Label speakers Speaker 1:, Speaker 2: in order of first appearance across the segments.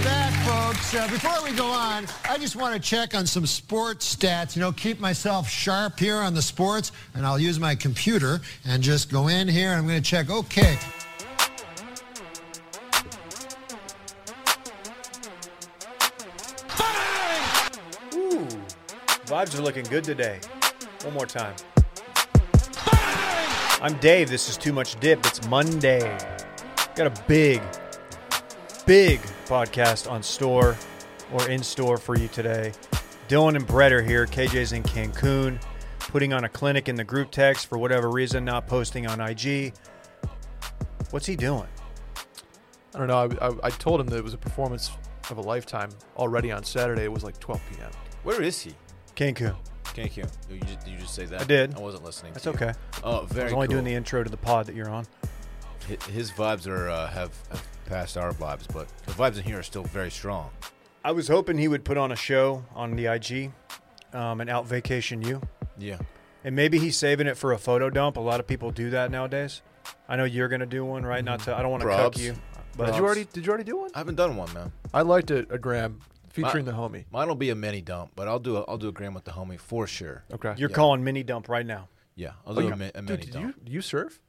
Speaker 1: folks. Uh, before we go on, I just want to check on some sports stats. You know, keep myself sharp here on the sports, and I'll use my computer and just go in here and I'm going to check. Okay.
Speaker 2: Ooh, vibes are looking good today. One more time. I'm Dave. This is Too Much Dip. It's Monday. Got a big, big podcast on store or in store for you today. Dylan and Brett are here. KJ's in Cancun, putting on a clinic in the group text for whatever reason, not posting on IG. What's he doing?
Speaker 3: I don't know. I, I, I told him that it was a performance of a lifetime already on Saturday. It was like 12 p.m.
Speaker 4: Where is he?
Speaker 2: Cancun.
Speaker 4: Thank you. You just, did you just say that?
Speaker 2: I did.
Speaker 4: I wasn't listening.
Speaker 2: That's
Speaker 4: to you.
Speaker 2: okay.
Speaker 4: Oh, very.
Speaker 2: I was only doing the intro to the pod that you're on.
Speaker 4: the. His vibes are uh, have, have passed our vibes, but the vibes in here are still very strong.
Speaker 2: I was hoping he would put on a show on the IG um, and out vacation you.
Speaker 4: Yeah.
Speaker 2: And maybe he's saving it for a photo dump. A lot of people do that nowadays. I know you're going to do one, right? Not to, I don't want to cuck
Speaker 4: Probs.
Speaker 2: you.
Speaker 3: Did
Speaker 2: But
Speaker 3: you already Did you already do one?
Speaker 4: I haven't done one, man.
Speaker 3: I liked it, a gram featuring
Speaker 4: My-
Speaker 3: the homie.
Speaker 4: Mine'll be a mini dump, but I'll do a, I'll do a gram with the homie for sure.
Speaker 3: Okay.
Speaker 2: you're calling mini dump right now.
Speaker 4: Yeah, I'll
Speaker 3: Oh,
Speaker 4: do
Speaker 3: you-
Speaker 4: a, mi- a
Speaker 3: dude,
Speaker 4: mini
Speaker 3: did
Speaker 4: dump.
Speaker 3: you do you surf?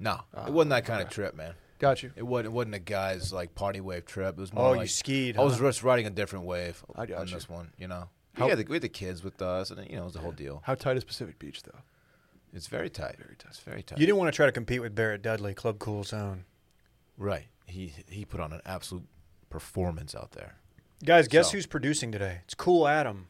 Speaker 4: No, it wasn't that kind of trip, man.
Speaker 3: Got you.
Speaker 4: It wasn't. It wasn't a guy's like party wave trip. It was
Speaker 2: Oh,
Speaker 4: more.
Speaker 2: you
Speaker 4: like-
Speaker 2: skied,
Speaker 4: I was
Speaker 2: huh?
Speaker 4: just riding a different wave.
Speaker 3: I got
Speaker 4: on
Speaker 3: you.
Speaker 4: this one. You know, we, had the, we had the kids with us, and you know, it was the whole deal.
Speaker 3: How tight is Pacific Beach though?
Speaker 4: It's very tight. Very tight. It's very tight.
Speaker 2: You didn't want to try to compete with Barrett Dudley, Club Cool Zone.
Speaker 4: Right. He he put on an absolute performance out there.
Speaker 2: Guys, guess
Speaker 4: So-
Speaker 2: who's producing today? It's Cool Adam.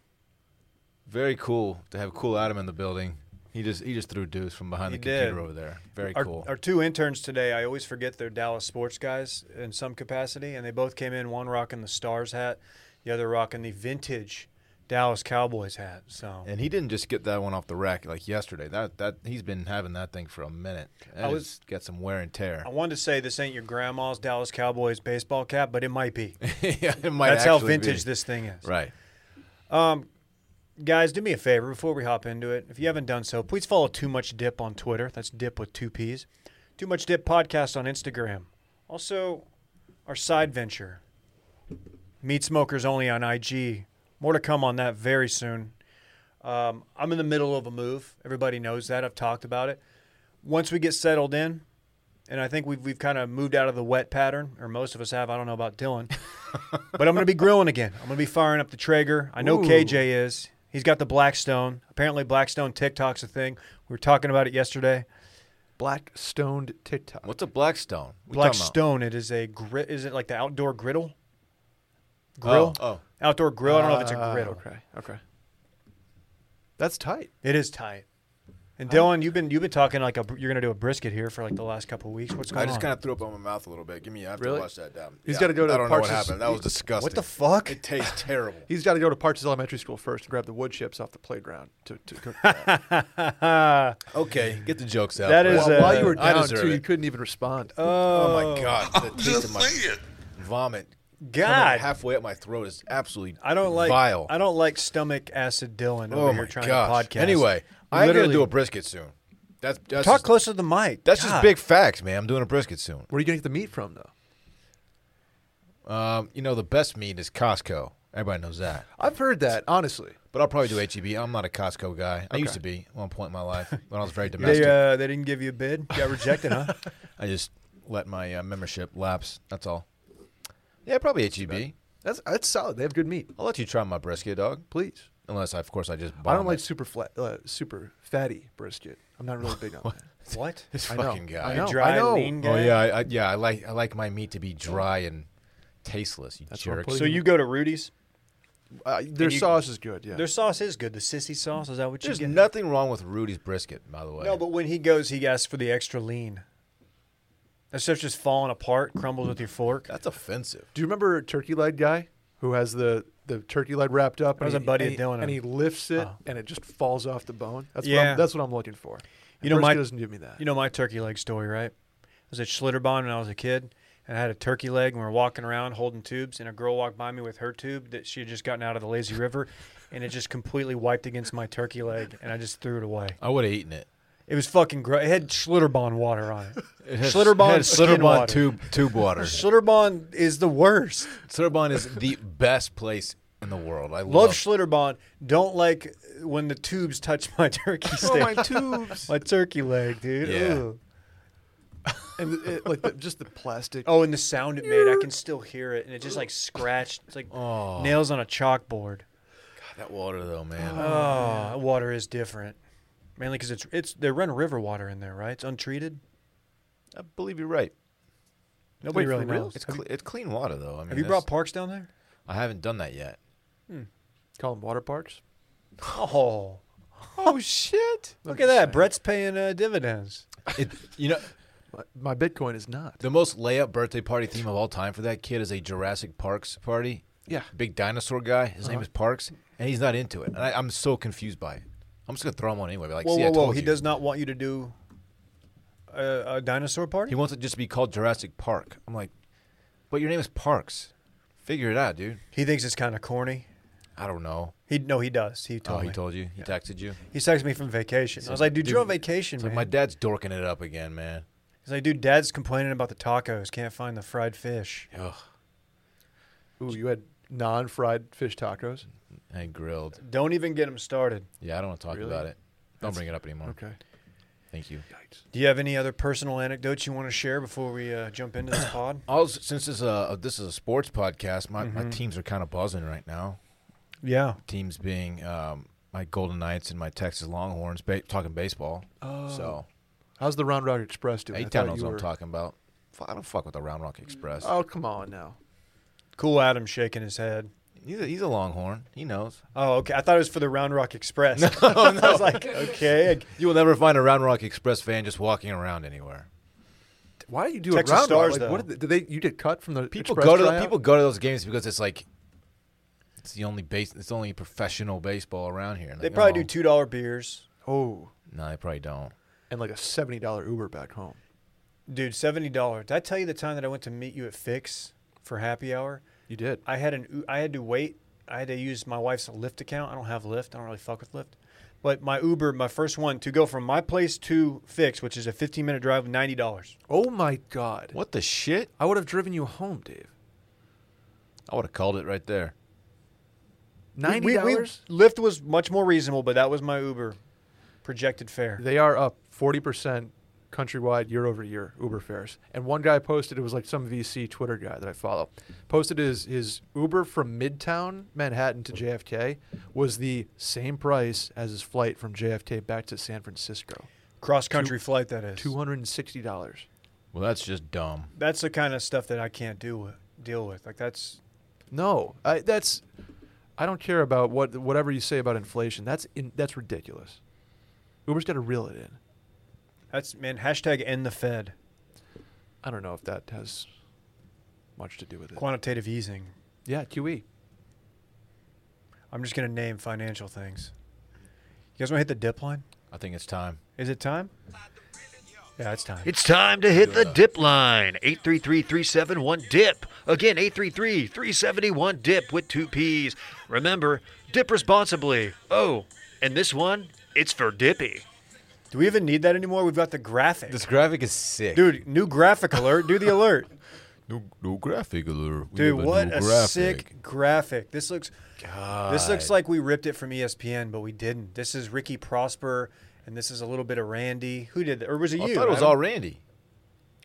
Speaker 4: Very cool to have cool Adam in the building. He just he just threw deuce from behind
Speaker 2: He
Speaker 4: the computer
Speaker 2: did.
Speaker 4: over there. Very
Speaker 2: Our,
Speaker 4: cool.
Speaker 2: our two interns today, I always forget they're Dallas sports guys in some capacity, and they both came in, one rocking the Stars hat, the other rocking the vintage Dallas Cowboys hat. So
Speaker 4: and he didn't just get that one off the rack like yesterday. That that he's been having that thing for a minute. That
Speaker 2: I
Speaker 4: I
Speaker 2: was-
Speaker 4: was got some wear and tear.
Speaker 2: I wanted to say this ain't your grandma's Dallas Cowboys baseball cap, but it might be.
Speaker 4: yeah, it might
Speaker 2: That's how
Speaker 4: actually
Speaker 2: vintage
Speaker 4: be.
Speaker 2: this thing is.
Speaker 4: Right.
Speaker 2: Guys, do me a favor before we hop into it. If you haven't done so, please follow Too Much Dip on Twitter. That's Dip with two P's. Too Much Dip Podcast on Instagram. Also, our side venture, Meat Smokers Only on IG. More to come on that very soon. Um, I'm in the middle of a move. Everybody knows that. I've talked about it. Once we get settled in, and I think we've, we've kind of moved out of the wet pattern, or most of us have. I don't know about Dylan. but I'm going to be grilling again. I'm going to be firing up the Traeger. I know
Speaker 3: Ooh.
Speaker 2: KJ is. He's got the Blackstone. Apparently, Blackstone TikTok's a thing. We were talking about it yesterday.
Speaker 3: Black stoned TikTok.
Speaker 4: What's a Blackstone? We talking about-
Speaker 2: Blackstone, it is a grit. Is it like the outdoor griddle? Grill?
Speaker 4: Oh,
Speaker 2: Outdoor grill. I don't know if it's a
Speaker 3: Ah,
Speaker 2: griddle.
Speaker 3: Okay. Okay. That's tight.
Speaker 2: It is tight. And Dylan, you've been you've been talking like a, br- you're gonna do a brisket here for like the last couple of weeks. What's
Speaker 5: I
Speaker 2: going
Speaker 5: just
Speaker 2: on?
Speaker 5: kind of threw up on my mouth a little bit. Give me, I have
Speaker 3: Really?
Speaker 5: to wash that down.
Speaker 3: He's
Speaker 5: Yeah,
Speaker 3: gotta go to
Speaker 5: I don't know what
Speaker 3: Parch's-
Speaker 5: happened. That was disgusting.
Speaker 2: what the fuck?
Speaker 5: It tastes terrible.
Speaker 3: He's got to go to Parches Elementary School first and grab the wood chips off the playground to, to cook. That.
Speaker 5: Okay.
Speaker 4: get the jokes out.
Speaker 2: That
Speaker 4: Brett.
Speaker 2: is, uh,
Speaker 3: while, while you were
Speaker 5: I
Speaker 3: down
Speaker 5: deserve
Speaker 3: too, you
Speaker 5: it.
Speaker 3: couldn't even respond.
Speaker 5: Oh my god. The taste of
Speaker 6: Just
Speaker 5: my
Speaker 6: say it.
Speaker 5: vomit. coming
Speaker 2: God.
Speaker 5: halfway up my throat is absolutely.
Speaker 2: I don't like
Speaker 5: vile.
Speaker 2: I don't like stomach acid Dylan over
Speaker 5: oh
Speaker 2: here
Speaker 5: my
Speaker 2: trying
Speaker 5: gosh.
Speaker 2: to podcast.
Speaker 5: Anyway, I'm gonna
Speaker 2: Literally-
Speaker 5: do a brisket soon. That's, that's
Speaker 2: talk
Speaker 5: just,
Speaker 2: closer to the mic.
Speaker 5: That's
Speaker 2: God.
Speaker 5: just big facts, man. I'm doing a brisket soon.
Speaker 3: Where are you gonna get the meat from though?
Speaker 4: Um, you know the best meat is Costco. Everybody knows that.
Speaker 3: I've heard that honestly.
Speaker 4: But I'll probably do HEB. I'm not a Costco guy. I used to be at one point in my life when I was very
Speaker 2: They
Speaker 4: domestic.
Speaker 2: uh, they didn't give you a bid. You got rejected, huh?
Speaker 4: I just let my uh, membership lapse. That's all. Yeah, probably HEB.
Speaker 3: That's that's solid. They have good meat.
Speaker 4: I'll let you try my brisket, dog.
Speaker 3: Please.
Speaker 4: Unless, of course, I just
Speaker 3: I don't
Speaker 4: bomb
Speaker 3: like
Speaker 4: it.
Speaker 3: super flat, uh, super fatty brisket. I'm not really big on that.
Speaker 2: what?
Speaker 4: this
Speaker 3: I know.
Speaker 4: fucking guy.
Speaker 3: I know.
Speaker 2: Dry
Speaker 3: I know.
Speaker 2: lean guy.
Speaker 4: Oh yeah, I, I, yeah. I like I like my meat to be dry and tasteless. You
Speaker 3: what I'm
Speaker 4: jerk.
Speaker 3: putting-
Speaker 2: So you go to Rudy's.
Speaker 3: Uh, their
Speaker 2: you-
Speaker 3: sauce is good. Yeah.
Speaker 2: Their sauce is good. The sissy sauce. Is that what you
Speaker 4: There's
Speaker 2: get?
Speaker 4: nothing wrong with Rudy's brisket, by the way.
Speaker 2: No, but when he goes, he asks for the extra lean. That stuff's just falling apart, crumbles with your fork.
Speaker 4: that's offensive.
Speaker 3: Do you remember Turkey Leg guy who has the the turkey leg wrapped up?
Speaker 2: That was
Speaker 3: and
Speaker 2: a
Speaker 3: he-
Speaker 2: buddy
Speaker 3: and
Speaker 2: of
Speaker 3: he-
Speaker 2: Dylan.
Speaker 3: and he lifts it and it just falls off the bone. That's what
Speaker 2: Yeah.
Speaker 3: I'm, that's what I'm looking for.
Speaker 2: You know, my-
Speaker 3: Brisket doesn't give me that.
Speaker 2: You know my turkey leg story, right? I was at Schlitterbahn when I was a kid, and I had a turkey leg, and we were walking around holding tubes, and a girl walked by me with her tube that she had just gotten out of the lazy river, and it just completely wiped against my turkey leg, and I just threw it away.
Speaker 4: I would have eaten it.
Speaker 2: It was fucking gross. It had Schlitterbahn water on it.
Speaker 4: It has-
Speaker 2: Schlitterbahn
Speaker 4: it has
Speaker 2: skin
Speaker 4: Schlitterbahn
Speaker 2: water.
Speaker 4: tube tube water.
Speaker 2: Schlitterbahn is the worst.
Speaker 4: Schlitterbahn is the best place in the world. I love,
Speaker 2: Love Schlitterbahn. Don't like when the tubes touch my turkey
Speaker 3: Oh,
Speaker 2: steak. my,
Speaker 3: my tubes.
Speaker 2: turkey leg, dude.
Speaker 4: Yeah.
Speaker 2: Ooh.
Speaker 3: and it, like the, just the plastic.
Speaker 2: Oh, and the sound it made, I can still hear it, and it just like scratched. It's like nails on a chalkboard.
Speaker 4: that water though, man.
Speaker 2: Oh, that water is different. Mainly because it's it's they run river water in there, right? It's untreated.
Speaker 4: I believe you're right.
Speaker 2: Nobody
Speaker 3: Wait,
Speaker 2: really
Speaker 3: for real?
Speaker 2: knows.
Speaker 4: It's cle it's clean water though. I mean,
Speaker 2: Have you
Speaker 4: that's-
Speaker 2: brought parks down there?
Speaker 4: I haven't done that yet.
Speaker 3: Call them water parks.
Speaker 2: Oh,
Speaker 3: Oh shit!
Speaker 2: look at that. Brett's paying uh, dividends.
Speaker 4: It, you know,
Speaker 3: My, my Bitcoin is not.
Speaker 4: the most layup birthday party theme of all time for that kid is a Jurassic Parks party.
Speaker 3: Yeah.
Speaker 4: Big dinosaur guy. His name is Parks, and he's not into it. And I, I'm so confused by it. I'm just gonna throw him on anyway. Be like,
Speaker 2: Whoa,
Speaker 4: see, I
Speaker 2: whoa, whoa!
Speaker 4: told
Speaker 2: He
Speaker 4: you."
Speaker 2: does not want you to do a, a dinosaur party.
Speaker 4: He wants it just to be called Jurassic Park. I'm like, but your name is Parks. Figure it out, dude.
Speaker 2: He thinks it's kind of corny.
Speaker 4: I don't know.
Speaker 2: He no, he does. He told
Speaker 4: oh,
Speaker 2: me.
Speaker 4: he told you. He texted you.
Speaker 2: He texted me from vacation. I was like, dude, you're on vacation,
Speaker 4: It's
Speaker 2: man.
Speaker 4: like my dad's dorking it up again, man.
Speaker 2: He's like, dude, dad's complaining about the tacos. Can't find the fried fish.
Speaker 4: Ugh,
Speaker 3: Ooh, you had non-fried fish
Speaker 2: Mm.
Speaker 3: tacos.
Speaker 4: I grilled.
Speaker 2: Don't even get him started.
Speaker 4: Yeah, I don't want to talk
Speaker 3: Really?
Speaker 4: about it. Don't bring it up anymore.
Speaker 3: Okay.
Speaker 4: Thank you.
Speaker 3: Yikes.
Speaker 2: Do you have any other personal anecdotes you want to share before we uh, jump into this pod?
Speaker 4: I was, since this is a this is a sports podcast, my, my teams are kind of buzzing right now.
Speaker 2: Yeah.
Speaker 4: Teams being um, my Golden Knights and my Texas Longhorns, ba- talking baseball. Oh, so
Speaker 3: How's the Round Rock Express doing? I
Speaker 4: eight
Speaker 3: thought
Speaker 4: knows
Speaker 3: you
Speaker 4: what
Speaker 3: were-
Speaker 4: I'm talking about. F- I don't fuck with the Round Rock Express.
Speaker 3: Oh come on now.
Speaker 2: Cool Adam shaking his head.
Speaker 4: He's, a, he's a Longhorn. He knows.
Speaker 2: Oh, okay. I thought it was for the Round Rock Express. I was like, okay.
Speaker 4: You will never find a Round Rock Express fan just walking around anywhere.
Speaker 3: Why do you do
Speaker 2: Texas
Speaker 3: a round
Speaker 2: Stars,
Speaker 3: Rock? Like, what
Speaker 2: though.
Speaker 3: did they, did they? You get cut from the
Speaker 4: People
Speaker 3: Express
Speaker 4: go to the,
Speaker 3: tryout?
Speaker 4: people go to those games because it's like it's the only base. It's the only professional baseball around here.
Speaker 2: They probably do $2 beers.
Speaker 3: Oh,
Speaker 4: No, they probably don't.
Speaker 3: and like a seventy dollar Uber back home.
Speaker 2: Dude, $70. Did I tell you the time that I went to meet you at Fix for happy hour?
Speaker 3: You did.
Speaker 2: I had an U- I had to wait. I had to use my wife's Lyft account. I don't have Lyft. I don't really fuck with Lyft. But my Uber, my first one to go from my place to Fix, which is a 15 minute drive, ninety dollars.
Speaker 3: Oh my God!
Speaker 4: What the shit?
Speaker 3: I would have driven you home, Dave.
Speaker 4: I would have called it right there.
Speaker 3: Ninety dollars.
Speaker 2: Lyft was much more reasonable, but that was my Uber projected fare.
Speaker 3: They are up forty percent countrywide year over year Uber fares. And one guy posted it was like some VC Twitter guy that I follow posted his his Uber from Midtown Manhattan to JFK was the same price as his flight from JFK back to San Francisco.
Speaker 2: Cross country flight that is.
Speaker 3: Two hundred and sixty dollars.
Speaker 4: Well, that's just dumb.
Speaker 2: That's the kind of stuff that I can't do with, deal with. Like that's
Speaker 3: No, I, that's. I don't care about what whatever you say about inflation. That's in, that's ridiculous. Uber's got to reel it in.
Speaker 2: that's man. Hashtag end the Fed.
Speaker 3: I don't know if that has much to do with it.
Speaker 2: Quantitative easing.
Speaker 3: yeah, E. QE.
Speaker 2: I'm just gonna name financial things. You guys want to hit the dip line?
Speaker 4: I think it's time.
Speaker 2: Is it time? Yeah, it's time.
Speaker 7: It's time to hit the dip line. 833-371-DIP. Again, 833-371-DIP with two P's. Remember, dip responsibly. Oh, and this one, it's for Dippy.
Speaker 2: Do we even need that anymore? We've got the graphic.
Speaker 4: This graphic is sick,
Speaker 2: Dude, new graphic alert. Do the alert.
Speaker 4: No, no graphic alert. We
Speaker 2: Dude,
Speaker 4: have
Speaker 2: what
Speaker 4: new
Speaker 2: a
Speaker 4: graphic.
Speaker 2: sick graphic. This looks This looks like we ripped it from E ESPN, but we didn't. This is Ricky Prosper and this is a little bit of Randy. Who did that? Or was it
Speaker 4: I
Speaker 2: you?
Speaker 4: thought it was
Speaker 2: Adam?
Speaker 4: all Randy.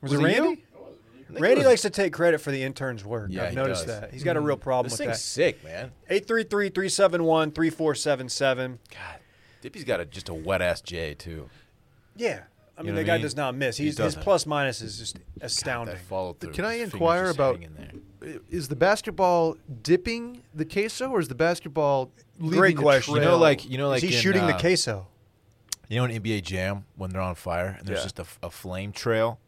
Speaker 2: Was,
Speaker 4: was
Speaker 2: it
Speaker 4: it you?
Speaker 2: Randy?
Speaker 4: I think it
Speaker 2: Randy
Speaker 4: was-
Speaker 2: likes to take credit for the intern's work.
Speaker 4: Yeah,
Speaker 2: I've
Speaker 4: he
Speaker 2: noticed
Speaker 4: does. Mm-hmm.
Speaker 2: that. He's got a real problem
Speaker 4: This
Speaker 2: with
Speaker 4: thing's
Speaker 2: that.
Speaker 4: sick, man.
Speaker 2: 833-371-3477.
Speaker 4: God, Dippy's got a, just a wet ass J too.
Speaker 2: Yeah. I
Speaker 4: know
Speaker 2: mean, the
Speaker 4: what
Speaker 2: guy
Speaker 4: I mean?
Speaker 2: does not miss.
Speaker 4: He
Speaker 2: He's, his
Speaker 4: doesn't.
Speaker 2: plus minus is just astounding.
Speaker 4: That follow through.
Speaker 3: Can I
Speaker 4: His fingers
Speaker 3: inquire
Speaker 4: just
Speaker 3: about-
Speaker 4: hanging there.
Speaker 3: I- Is the basketball dipping the queso, or is the basketball leaving
Speaker 2: Great
Speaker 3: a
Speaker 2: question.
Speaker 4: You know,
Speaker 3: trail?
Speaker 4: like you know, like
Speaker 2: is he
Speaker 4: in,
Speaker 2: shooting the
Speaker 4: uh,
Speaker 2: queso?
Speaker 4: You know, in NBA Jam when they're on fire and there's
Speaker 3: Yeah.
Speaker 4: just a, f- a flame trail.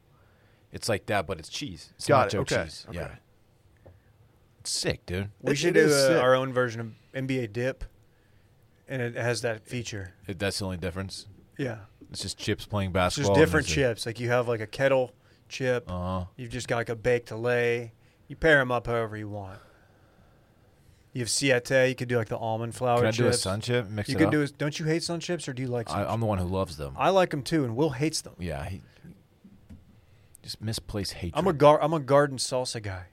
Speaker 4: It's like that, but it's cheese. It's
Speaker 3: Got it,
Speaker 4: nacho
Speaker 3: okay,
Speaker 4: cheese.
Speaker 3: okay.
Speaker 4: Yeah, it's sick, dude.
Speaker 2: We
Speaker 3: It-
Speaker 2: should
Speaker 3: it
Speaker 2: do
Speaker 3: is
Speaker 2: uh
Speaker 3: sick.
Speaker 2: our own version of NBA Dip, and it has that feature.
Speaker 4: It- that's the only difference.
Speaker 2: Yeah,
Speaker 4: It's just chips playing
Speaker 2: it's
Speaker 4: basketball.
Speaker 2: just different chips. Like you have like a kettle chip.
Speaker 8: Uh-huh.
Speaker 4: Uh huh.
Speaker 2: You've just got like a baked lay. You pair them up however you want. You have ciaté. You could do like the almond flour
Speaker 8: Can I
Speaker 2: chips.
Speaker 8: do a sun chip? Mix
Speaker 2: You
Speaker 8: it
Speaker 2: could
Speaker 8: up?
Speaker 2: do. A, don't you hate sun chips or do you like? Sun
Speaker 8: I, I'm the one who loves them.
Speaker 2: I like them too, and Will hates them.
Speaker 8: yeah, he just misplaced hatred.
Speaker 2: I'm a gar- I'm a garden salsa guy.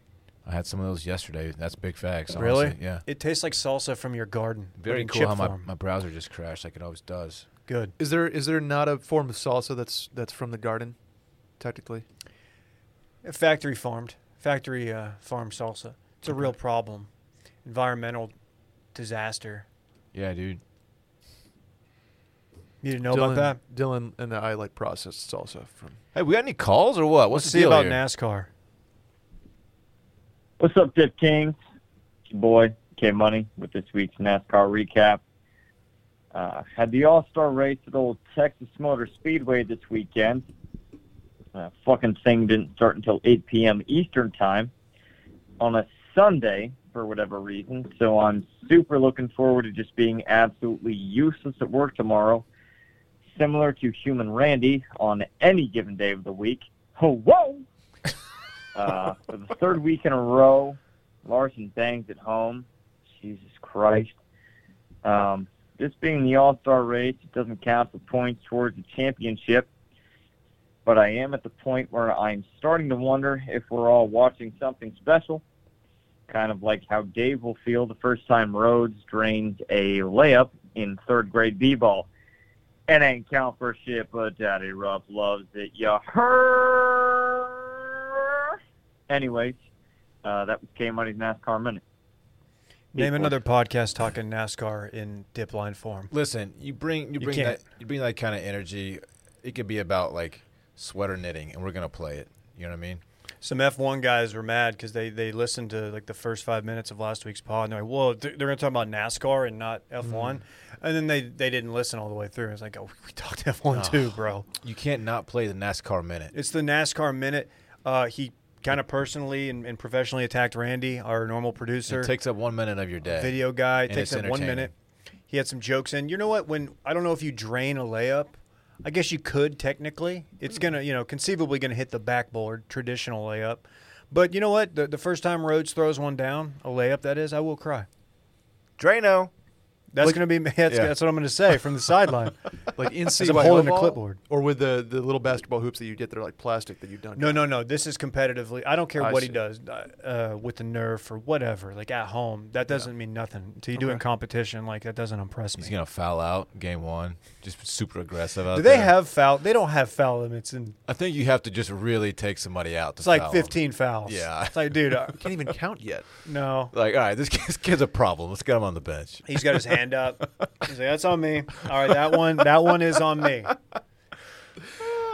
Speaker 8: I had some of those yesterday. That's big facts.
Speaker 2: Really?
Speaker 8: honestly. Yeah.
Speaker 2: It tastes like salsa from your garden. but
Speaker 8: Very
Speaker 2: in
Speaker 8: cool
Speaker 2: chip
Speaker 8: how my,
Speaker 2: form.
Speaker 8: my browser just crashed like it always does.
Speaker 2: Good.
Speaker 3: Is there is there not a form of salsa that's that's from the garden, technically?
Speaker 2: Factory farmed, factory uh, farm salsa. It's a real problem. Environmental disaster.
Speaker 8: Yeah, dude.
Speaker 2: You didn't know
Speaker 3: Dylan,
Speaker 2: about that?
Speaker 3: Dylan and I like processed salsa from.
Speaker 8: Hey, we got any calls or what? What's
Speaker 2: Let's
Speaker 8: the
Speaker 2: see
Speaker 8: deal
Speaker 2: about
Speaker 8: here?
Speaker 2: NASCAR.
Speaker 9: What's up, Dip Kings? It's your boy, K Money, with this week's NASCAR recap. Uh, had the All Star race at Old Texas Motor Speedway this weekend. Uh, fucking thing didn't start until 8 p.m. Eastern Time on a Sunday for whatever reason. So I'm super looking forward to just being absolutely useless at work tomorrow, similar to Human Randy on any given day of the week. Whoa! Uh, for the third week in a row, Larson bangs at home. Jesus Christ. Um, this being the All Star race, it doesn't count for points towards the championship. But I am at the point where I'm starting to wonder if we're all watching something special, kind of like how Dave will feel the first time Rhodes drains a layup in third grade B ball. It ain't count for shit, but Daddy Ruff loves it. You heard? Anyways, uh, that was K Money's NASCAR Minute.
Speaker 2: Name another podcast talking NASCAR in dip line form.
Speaker 4: Listen, you bring you bring
Speaker 2: can't-
Speaker 4: that you bring that kind of energy. It could be about like sweater knitting, and we're gonna play it. You know what I mean?
Speaker 2: Some F1 guys were mad because they, they listened to like the first five minutes of last week's pod and they're like, whoa, th- they're going to talk about NASCAR and not F1. And then they, they didn't listen all the way through. It's like, oh, we talked F1 too, bro.
Speaker 4: You can't not play the NASCAR minute.
Speaker 2: It's the NASCAR minute. Uh, he kind of personally and, and professionally attacked Randy, our normal producer,
Speaker 4: It takes up one minute of your day.
Speaker 2: video guy.
Speaker 4: and
Speaker 2: takes
Speaker 4: it's
Speaker 2: up one
Speaker 4: entertaining.
Speaker 2: minute. He had some jokes in. You know what? When I don't know if you drain a layup, I guess you could technically. It's gonna, you know, conceivably gonna hit the backboard, traditional layup. But you know what? The, the first time Rhodes throws one down, a layup that is, I will cry.
Speaker 4: Drano.
Speaker 2: That's gonna be that's, that's what I'm gonna say from the sideline.
Speaker 3: Like in
Speaker 2: I'm
Speaker 3: CY
Speaker 2: holding a
Speaker 3: Oval
Speaker 2: clipboard.
Speaker 3: or with the, the little basketball hoops that you get that are like plastic that you dunk.
Speaker 2: No,
Speaker 3: in.
Speaker 2: no, no. This is competitively. I don't care
Speaker 3: I
Speaker 2: what he
Speaker 3: see.
Speaker 2: does uh, uh, with the nerve or whatever. Like at home, that doesn't mean nothing. Until you do it in competition, like that doesn't impress me.
Speaker 8: He's gonna foul out game one. Just super aggressive. Out
Speaker 2: do they
Speaker 8: there.
Speaker 2: have foul? They don't have foul limits, and
Speaker 8: I think you have to just really take somebody out. To
Speaker 2: it's like
Speaker 8: foul 'em.
Speaker 2: 15 fouls.
Speaker 8: Yeah.
Speaker 2: it's like, dude, uh,
Speaker 3: can't even count yet.
Speaker 2: no.
Speaker 8: Like, all right, this kid's, kid's a problem. Let's get him on the bench.
Speaker 2: He's got his hand up. He's like, "That's on me." All right, that one, that one is on me.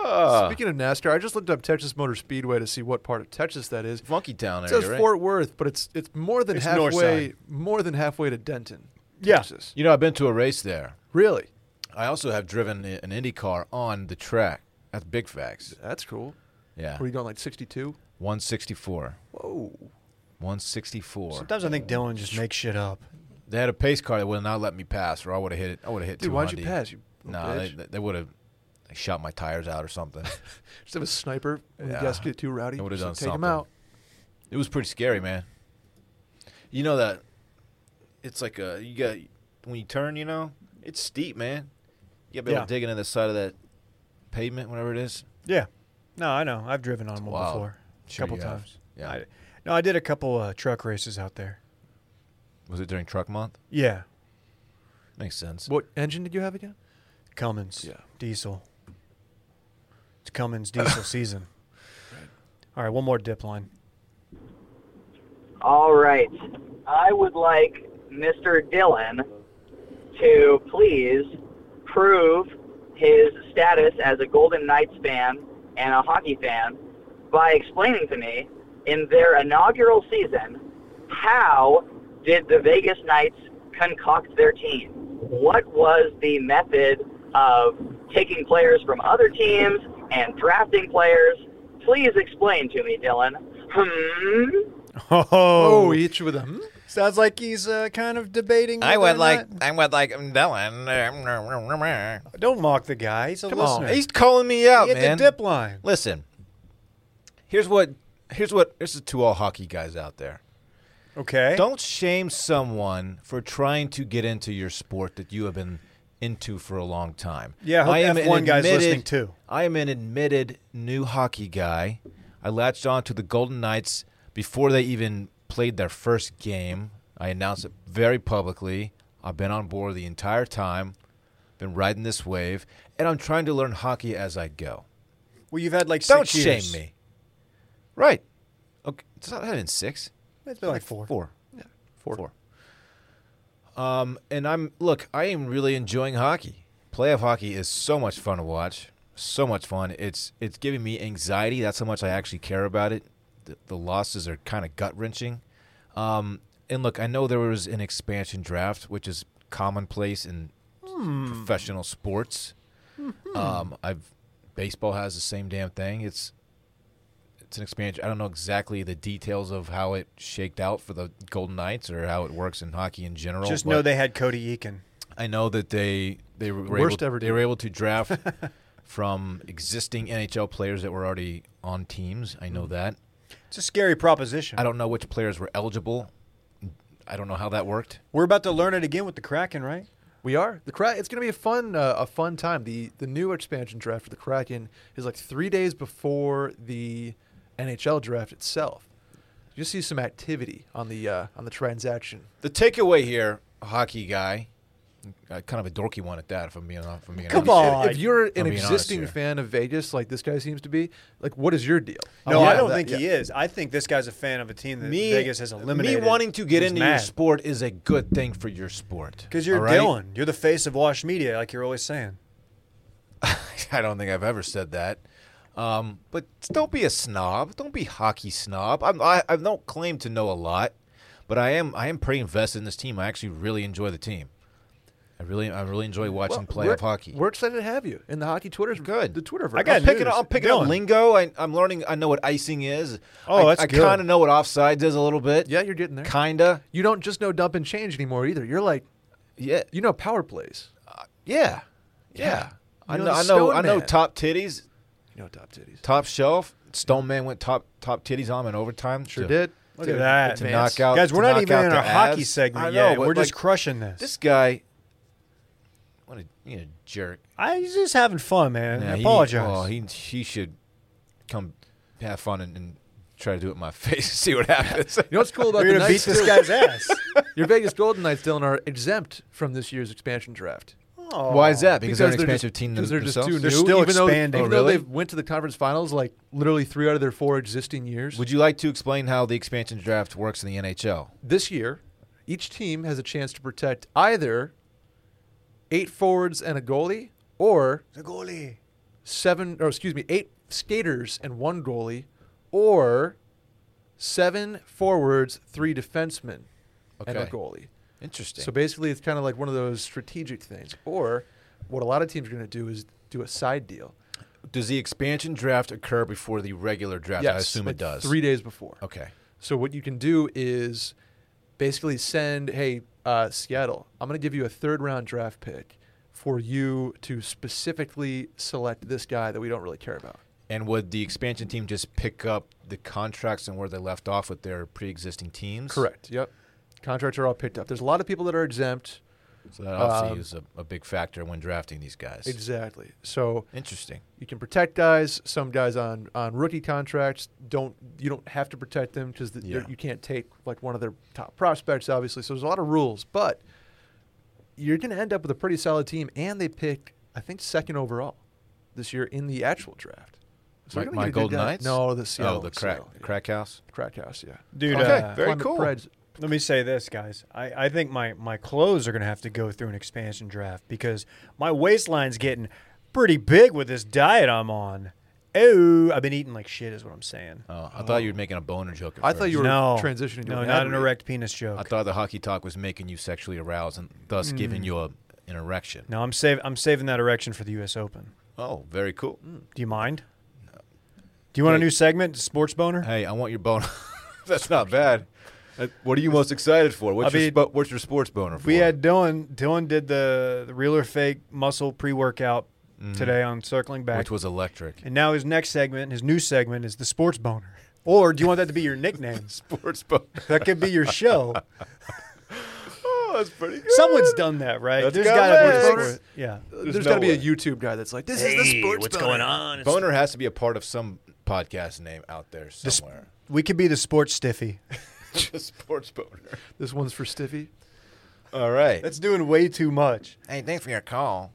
Speaker 8: Ah.
Speaker 3: Speaking of NASCAR, I just looked up Texas Motor Speedway to see what part of Texas that is.
Speaker 8: Funky Town
Speaker 3: It
Speaker 8: area,
Speaker 3: says
Speaker 8: right?
Speaker 3: Fort Worth, but it's it's more than
Speaker 2: It's north
Speaker 3: halfway more than halfway to Denton.
Speaker 2: Yeah.
Speaker 3: Texas.
Speaker 8: you know, I've been to a race there.
Speaker 3: Really?
Speaker 8: I also have driven i- an Indy car on the track. That's big facts.
Speaker 3: That's cool.
Speaker 8: Yeah,
Speaker 3: Were you going like 62?
Speaker 8: 164,
Speaker 3: Whoa.
Speaker 8: 164.
Speaker 2: Sometimes I think Dylan just makes shit up.
Speaker 8: They had a pace car that would not let me pass, or I would have hit it. I would have hit.
Speaker 3: Dude,
Speaker 8: 200.
Speaker 3: why'd you pass? You little
Speaker 8: Nah, they,
Speaker 3: bitch.
Speaker 8: they would have shot my tires out or something.
Speaker 3: Just have a sniper when
Speaker 8: Yeah.
Speaker 3: the guys get too rowdy.
Speaker 8: They would've
Speaker 3: just
Speaker 8: done
Speaker 3: take 'em
Speaker 8: something.
Speaker 3: out.
Speaker 8: it was pretty scary, man. You know that it's like a you got when you turn, you know, it's steep, man. You got to be
Speaker 2: Yeah.
Speaker 8: able to dig into the side of that pavement, whatever it is.
Speaker 2: Yeah. No, I know. I've driven on one
Speaker 8: wild.
Speaker 2: before, a
Speaker 8: Sure
Speaker 2: couple
Speaker 8: you have.
Speaker 2: times.
Speaker 8: Yeah.
Speaker 2: I, no, I did a couple uh, truck races out there.
Speaker 8: Was it during truck month?
Speaker 2: Yeah.
Speaker 8: Makes sense.
Speaker 3: What engine did you have again?
Speaker 2: Cummins.
Speaker 3: Yeah.
Speaker 2: Diesel. It's Cummins diesel season. All right, one more dip line.
Speaker 10: All right. I would like Mr. Dylan to please prove his status as a Golden Knights fan and a hockey fan by explaining to me in their inaugural season how did the Vegas Knights concoct their team? What was the method of taking players from other teams and drafting players? Please explain to me, Dylan. Hmm.
Speaker 2: Oh,
Speaker 3: Oh, each with them.
Speaker 2: sounds like he's uh, kind of debating. whether or not-
Speaker 4: I would like
Speaker 8: mm,
Speaker 4: Dylan.
Speaker 2: Don't mock the guy. He's a
Speaker 3: Come on.
Speaker 2: listener.
Speaker 8: He's calling me out,
Speaker 2: he hit
Speaker 8: man.
Speaker 2: the dip line.
Speaker 8: Listen, here's what here's what this is to all hockey guys out there.
Speaker 2: Okay.
Speaker 4: Don't shame someone for trying to get into your sport that you have been into for a long time.
Speaker 2: Yeah, I hope
Speaker 4: an
Speaker 2: F1 guys listening, too.
Speaker 4: I am an admitted new hockey guy. I latched on to the Golden Knights before they even played their first game. I announced it very publicly. I've been on board the entire time, been riding this wave, and I'm trying to learn hockey as I go.
Speaker 2: Well, you've had like 6
Speaker 4: do Don't
Speaker 2: years.
Speaker 4: shame me. Right. Okay. It's not having six.
Speaker 2: It's been like four.
Speaker 4: Four. Yeah. Four. Um, and I'm look, I am really enjoying hockey. Playoff hockey is so much fun to watch. So much fun. It's it's giving me anxiety. That's how much I actually care about it. The, the losses are kind of gut wrenching. Um, and look, I know there was an expansion draft, which is commonplace in professional sports. Um, I've baseball has the same damn thing. It's it's an expansion. I don't know exactly the details of how it shaked out for the Golden Knights or how it works in hockey in general.
Speaker 2: Just
Speaker 4: but
Speaker 2: know they had Cody Eakin.
Speaker 4: I know that they they were
Speaker 3: Worst
Speaker 4: able,
Speaker 3: ever
Speaker 4: they
Speaker 3: team.
Speaker 4: were able to draft from existing NHL players that were already on teams. I know that.
Speaker 2: It's a scary proposition.
Speaker 4: I don't know which players were eligible. I don't know how that worked.
Speaker 2: We're about to learn it again with the Kraken, right?
Speaker 3: We are the Kraken. It's going to be a fun, uh, a fun time. the The new expansion draft for the Kraken is like three days before the NHL draft itself. You see some activity on the uh, on the transaction.
Speaker 4: The takeaway here, hockey guy, uh, kind of a dorky one at that. If I'm being hon- if I'm being
Speaker 2: Come
Speaker 4: honest.
Speaker 2: on.
Speaker 3: if you're
Speaker 4: being
Speaker 3: an
Speaker 4: honest
Speaker 3: existing
Speaker 4: here.
Speaker 3: fan of Vegas, like this guy seems to be, like what is your deal?
Speaker 4: Oh,
Speaker 2: Oh, No,
Speaker 3: wanna
Speaker 2: I
Speaker 3: know
Speaker 2: don't
Speaker 3: that,
Speaker 2: think he
Speaker 3: yeah.
Speaker 2: is. I think this guy's a fan of a team that
Speaker 4: Me,
Speaker 2: Vegas has eliminated.
Speaker 4: me wanting to get
Speaker 2: He's
Speaker 4: into your
Speaker 2: mad.
Speaker 4: sport is a good thing for your sport.
Speaker 2: Because you're
Speaker 4: all right?
Speaker 2: Dylan. You're the face of Wash Media, like you're always saying.
Speaker 4: I don't think I've ever said that. Um, but don't be a snob. Don't be hockey snob. I'm, I I don't claim to know a lot, but I am I am pretty invested in this team. I actually really enjoy the team. I really I really enjoy watching
Speaker 3: Well,
Speaker 4: playoff
Speaker 3: we're-
Speaker 4: hockey.
Speaker 3: We're excited to have you in the hockey Twitter's
Speaker 4: Good.
Speaker 3: The Twitter.
Speaker 2: I got
Speaker 4: I'm picking,
Speaker 2: news.
Speaker 4: up, I'm picking up
Speaker 2: Dylan.
Speaker 4: lingo. I, I'm learning. I know what icing is.
Speaker 2: Oh,
Speaker 4: I,
Speaker 2: that's
Speaker 4: I
Speaker 2: good.
Speaker 4: kind of know what offsides is a little bit.
Speaker 3: Yeah, you're getting there.
Speaker 4: Kinda.
Speaker 3: you don't just know dump and change anymore either. You're like,
Speaker 4: Yeah.
Speaker 3: you know power plays.
Speaker 4: Yeah. Yeah. I
Speaker 3: You
Speaker 4: know.
Speaker 3: know
Speaker 4: I
Speaker 3: the
Speaker 4: know.
Speaker 3: Stone
Speaker 4: I know.
Speaker 3: Man.
Speaker 4: Top titties.
Speaker 3: You know top titties.
Speaker 4: Top shelf. Stone man went top top titties on him in overtime.
Speaker 3: Sure
Speaker 4: to-
Speaker 3: did.
Speaker 2: Look
Speaker 3: Dude,
Speaker 2: at that.
Speaker 4: to
Speaker 3: advance.
Speaker 4: knock out.
Speaker 2: Guys, we're
Speaker 4: to
Speaker 2: not
Speaker 4: knock
Speaker 2: even
Speaker 4: out
Speaker 2: in
Speaker 4: their
Speaker 2: our hockey
Speaker 4: abs. I
Speaker 2: segment
Speaker 4: know,
Speaker 2: yet.
Speaker 4: but,
Speaker 2: We're just
Speaker 4: like,
Speaker 2: crushing this.
Speaker 4: This guy, what a you know, jerk.
Speaker 2: I, he's just having fun, man.
Speaker 4: Yeah,
Speaker 2: I
Speaker 4: he-
Speaker 2: apologize.
Speaker 4: oh, he he should come have fun and, and try to do it in my face. See what happens.
Speaker 3: You know what's cool about
Speaker 2: We're
Speaker 3: the
Speaker 2: going to beat
Speaker 3: Knights?
Speaker 2: this
Speaker 3: too?
Speaker 2: guy's ass.
Speaker 3: Your Vegas Golden Knights, Dylan, are exempt from this year's expansion draft.
Speaker 2: Oh.
Speaker 4: Why is that? Because, they're an
Speaker 3: just-
Speaker 4: expansive team
Speaker 3: because they're just
Speaker 4: themselves.
Speaker 3: too
Speaker 2: They're
Speaker 3: new,
Speaker 2: still
Speaker 3: even though-
Speaker 2: expanding.
Speaker 3: even
Speaker 4: Oh,
Speaker 3: though
Speaker 4: really?
Speaker 3: they went to the conference finals like literally three out of their four existing years.
Speaker 4: Would you like to explain how the expansion draft works in the NHL?
Speaker 3: this year, each team has a chance to protect either eight forwards and a goalie, or
Speaker 2: The goalie.
Speaker 3: seven, or excuse me, eight skaters and one goalie, or seven forwards, three defensemen, and a
Speaker 4: Okay.
Speaker 3: goalie.
Speaker 4: Interesting.
Speaker 3: So basically, it's kind of like one of those strategic things. Or what a lot of teams are going to do is do a side deal.
Speaker 4: does the expansion draft occur before the regular draft? I assume
Speaker 3: like
Speaker 4: it does.
Speaker 3: Three days before.
Speaker 4: Okay.
Speaker 3: So what you can do is basically send, hey, uh, Seattle, I'm going to give you a third round draft pick for you to specifically select this guy that we don't really care about.
Speaker 4: And would the expansion team just pick up the contracts and where they left off with their pre-existing teams?
Speaker 3: Correct. Yep. Contracts are all picked up. There's a lot of people that are exempt.
Speaker 4: So that obviously
Speaker 3: Um,
Speaker 4: is a, a big factor when drafting these guys.
Speaker 3: Exactly. So
Speaker 4: Interesting.
Speaker 3: you can protect guys. Some guys on, on rookie contracts don't you don't have to protect them because
Speaker 4: Yeah.
Speaker 3: you can't take like one of their top prospects, obviously. So there's a lot of rules, but you're going to end up with a pretty solid team, and they picked I think second overall this year in the actual draft. So
Speaker 4: My,
Speaker 3: you're gonna
Speaker 4: my
Speaker 3: get a good
Speaker 4: Golden
Speaker 3: guy-
Speaker 4: Knights?
Speaker 3: No, the Seattle.
Speaker 4: Oh, the crack,
Speaker 3: Seattle, yeah.
Speaker 4: crack house.
Speaker 3: Crack house, yeah.
Speaker 2: Dude,
Speaker 4: Okay,
Speaker 2: uh,
Speaker 4: very
Speaker 3: Climate
Speaker 4: cool.
Speaker 3: Preds-
Speaker 2: Let me say this, guys. I, I think my, my clothes are going to have to go through an expansion draft because my waistline's getting pretty big with this diet I'm on. Oh, I've been eating like shit, is what I'm saying.
Speaker 4: Oh, I thought you were making a boner joke. At
Speaker 3: Um, I thought
Speaker 4: first.
Speaker 3: you were
Speaker 2: no.
Speaker 3: transitioning to
Speaker 2: No,
Speaker 3: an
Speaker 2: not
Speaker 3: ad
Speaker 2: an
Speaker 3: read.
Speaker 2: erect penis joke.
Speaker 4: I thought the hockey talk was making you sexually aroused and thus
Speaker 3: Mm.
Speaker 4: giving you a, an erection.
Speaker 2: no, I'm, sav- I'm saving that erection for the U.S. Open.
Speaker 4: Oh, very cool.
Speaker 3: Mm.
Speaker 2: Do you mind? Do you want a new segment, Sports Boner?
Speaker 4: Hey, I want your boner. That's not bad. Uh, What are you most excited for? What's,
Speaker 2: I
Speaker 4: your,
Speaker 2: mean,
Speaker 4: spo- what's your sports boner for?
Speaker 2: We had Dylan. Dylan did the, the real or fake muscle pre workout today on circling back.
Speaker 4: Mm-hmm. which was electric.
Speaker 2: and now his next segment, his new segment, is the sports boner. Or do you want that to be your nickname?
Speaker 4: Sports book.
Speaker 2: that could be your show.
Speaker 4: oh, that's pretty good.
Speaker 2: Someone's done that, right?
Speaker 4: That's
Speaker 2: There's
Speaker 4: got
Speaker 2: gotta be a
Speaker 4: legs.
Speaker 2: sport- Yeah.
Speaker 3: There's,
Speaker 4: There's
Speaker 3: got to
Speaker 4: no
Speaker 3: be a
Speaker 4: way.
Speaker 3: YouTube guy that's like, this
Speaker 6: Hey,
Speaker 3: is the sports
Speaker 6: what's
Speaker 3: boner.
Speaker 6: going on? It's-
Speaker 4: Boner has to be a part of some podcast name out there somewhere.
Speaker 2: We could be the sports stiffy.
Speaker 4: Just sports boner.
Speaker 3: This one's for Stiffy.
Speaker 4: All right.
Speaker 2: That's doing way too much.
Speaker 4: hey, thanks for your call.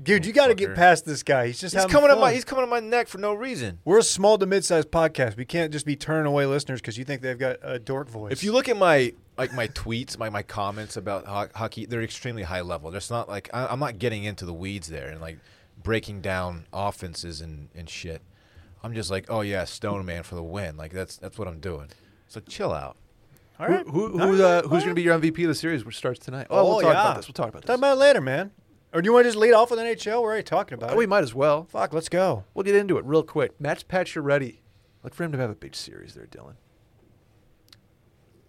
Speaker 2: Dude, you got to get
Speaker 4: Fucker.
Speaker 2: past this guy. He's just
Speaker 4: He's
Speaker 2: having
Speaker 4: coming up
Speaker 2: fun.
Speaker 4: my he's coming up my neck for no reason.
Speaker 2: We're a small to mid-sized podcast. We can't just be turning away listeners because you think they've got a dork voice.
Speaker 4: If you look at my like my tweets, my, my comments about ho- hockey, they're extremely high level. There's not like I, I'm not getting into the weeds there and like breaking down offenses and, and shit. I'm just like, oh yeah, Stone Man for the win. Like that's that's what I'm doing. So chill out.
Speaker 2: all right,
Speaker 3: Who,
Speaker 2: All
Speaker 3: who, uh,
Speaker 2: right,
Speaker 3: who's
Speaker 2: all
Speaker 3: going to
Speaker 2: right.
Speaker 3: be your MVP of the series, which starts tonight? Oh, we'll
Speaker 2: Oh,
Speaker 3: talk
Speaker 2: yeah.
Speaker 3: about this. We'll talk about this.
Speaker 2: Talk about it later, man. Or do you want to just lead off with NHL? We're already talking about
Speaker 3: Oh,
Speaker 2: it.
Speaker 3: we might as well.
Speaker 2: Fuck, let's go.
Speaker 3: We'll get into it real quick. Matt Pacioretty. Look for him to have a big series there, Dylan.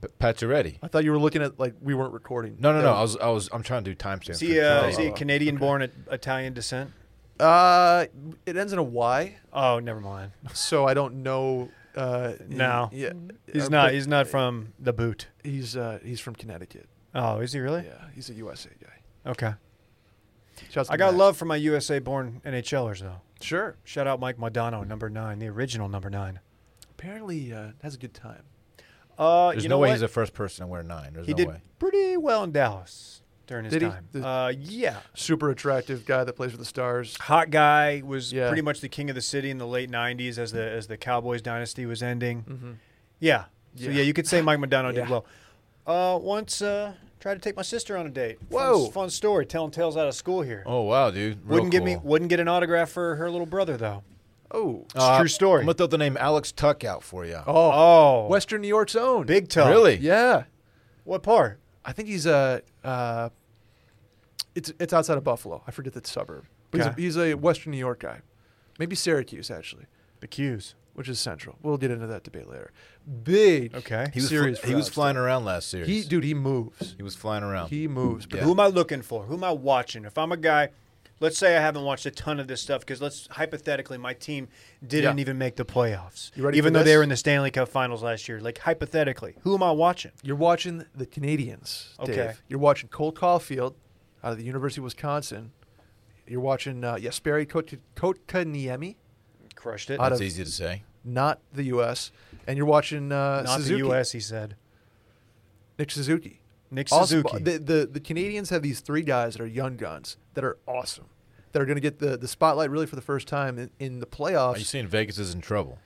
Speaker 4: P- Pacioretty.
Speaker 3: I thought you were looking at like we weren't recording.
Speaker 4: No, no, no.
Speaker 3: That
Speaker 4: I was I was I'm trying to do timestamps.
Speaker 2: Is
Speaker 4: for
Speaker 2: he, uh,
Speaker 4: today.
Speaker 2: is he Canadian-born it- Italian descent?
Speaker 3: Uh, it ends in a Y,
Speaker 2: Oh, never mind.
Speaker 3: so I don't know. Uh,
Speaker 2: No.
Speaker 3: yeah,
Speaker 2: He's
Speaker 3: uh,
Speaker 2: not.
Speaker 3: but
Speaker 2: He's not from the boot.
Speaker 3: He's uh, he's from Connecticut.
Speaker 2: Oh, is he really?
Speaker 3: Yeah, he's a USA guy.
Speaker 2: Okay.
Speaker 3: Shouts to
Speaker 2: I got
Speaker 3: Matt.
Speaker 2: love for my USA-born NHLers though.
Speaker 3: Sure.
Speaker 2: Shout out Mike Modano, number nine, the original number nine.
Speaker 3: Apparently, uh, has a good time.
Speaker 2: Uh,
Speaker 4: There's
Speaker 2: you know
Speaker 4: no way
Speaker 2: what?
Speaker 4: he's the first person to wear nine. There's
Speaker 2: he
Speaker 4: no
Speaker 2: did
Speaker 4: way.
Speaker 2: pretty well in Dallas during his
Speaker 3: Did he?
Speaker 2: time.
Speaker 3: The-
Speaker 2: Uh, yeah.
Speaker 3: Super attractive guy that plays for the Stars.
Speaker 2: Hot guy was
Speaker 3: Yeah.
Speaker 2: pretty much the king of the city in the late '90s as the as the Cowboys dynasty was ending.
Speaker 4: Mm-hmm.
Speaker 2: Yeah. So
Speaker 3: Yeah.
Speaker 2: yeah. you could say Mike Modano did
Speaker 3: Yeah.
Speaker 2: well. Uh, once uh, tried to take my sister on a date. Fun-
Speaker 3: Whoa.
Speaker 2: Fun, story, telling tales out of school here.
Speaker 4: Oh wow, dude. Real
Speaker 2: wouldn't give me
Speaker 4: cool.
Speaker 2: wouldn't get an autograph for her little brother though.
Speaker 3: Oh,
Speaker 2: It's a true story.
Speaker 4: I'm gonna throw the name Alex Tuck out for you.
Speaker 3: oh,
Speaker 2: oh,
Speaker 3: Western New York's own.
Speaker 2: big time.
Speaker 4: Really?
Speaker 3: Yeah,
Speaker 2: What part?
Speaker 3: I think he's a. Uh, it's it's outside of Buffalo. I forget the suburb. But
Speaker 2: Okay.
Speaker 3: he's, a, he's a Western New York guy, maybe Syracuse actually,
Speaker 2: The Q's.
Speaker 3: which is central. We'll get into that debate later. Big
Speaker 2: Okay.
Speaker 4: he was, fl-
Speaker 3: series. for
Speaker 4: he was
Speaker 3: Alex.
Speaker 4: flying around last series.
Speaker 3: He dude, he moves.
Speaker 4: He was flying around.
Speaker 3: He moves. But
Speaker 2: Who am I looking for? Who am I watching? If I'm a guy, let's say I haven't watched a ton of this stuff because let's hypothetically my team didn't
Speaker 3: Yeah.
Speaker 2: even make the playoffs.
Speaker 3: You ready
Speaker 2: even
Speaker 3: for
Speaker 2: though
Speaker 3: this?
Speaker 2: they were in the Stanley Cup Finals last year, like hypothetically, who am I watching?
Speaker 3: You're watching the Canadians, Dave.
Speaker 2: Okay.
Speaker 3: You're watching Cole Caulfield out of the University of Wisconsin. You're watching uh, Jesperi Kot- Kotkaniemi,
Speaker 2: Crushed it.
Speaker 3: Out
Speaker 4: That's
Speaker 3: of-
Speaker 4: easy to say.
Speaker 3: not the U.S., and you're watching uh,
Speaker 2: Not
Speaker 3: Suzuki,
Speaker 2: the U.S. He said.
Speaker 3: Nick Suzuki.
Speaker 2: Nick
Speaker 3: Awesome-
Speaker 2: Suzuki.
Speaker 3: The, the the Canadians have these three guys that are young guns that are awesome, that are going to get the, the spotlight really for the first time in, in the playoffs.
Speaker 4: Are you saying Vegas is in trouble?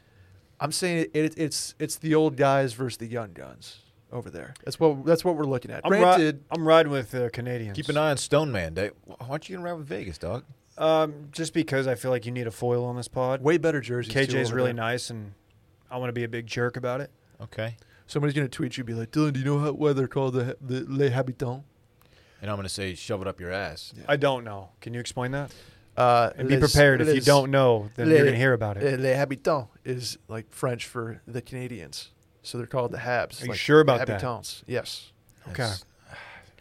Speaker 3: I'm saying it, it, it's it's the old guys versus the young guns over there. That's what that's what we're looking at.
Speaker 2: I'm, ri-
Speaker 3: Granted,
Speaker 2: I'm riding with uh, Canadians.
Speaker 4: Keep an eye on Stone Man. Dave. Why aren't you gonna ride with Vegas, dog?
Speaker 2: Um, just because I feel like you need a foil on this pod.
Speaker 3: way better jerseys. too
Speaker 2: KJ is
Speaker 3: over
Speaker 2: really
Speaker 3: there.
Speaker 2: nice, and I want to be a big jerk about it.
Speaker 4: Okay.
Speaker 3: Somebody's gonna tweet you, and be like, Dylan, do you know how, why they're called the the Les Habitants?
Speaker 4: And I'm gonna say, shove it up your ass.
Speaker 2: I don't know. Can you explain that?
Speaker 3: Uh,
Speaker 2: And be prepared if you don't know, then you're gonna hear about it.
Speaker 3: Les Habitants is like French for the Canadians, so they're called the Habs.
Speaker 2: Are you
Speaker 3: like
Speaker 2: sure about that?
Speaker 3: Habitants? Yes.
Speaker 4: That's-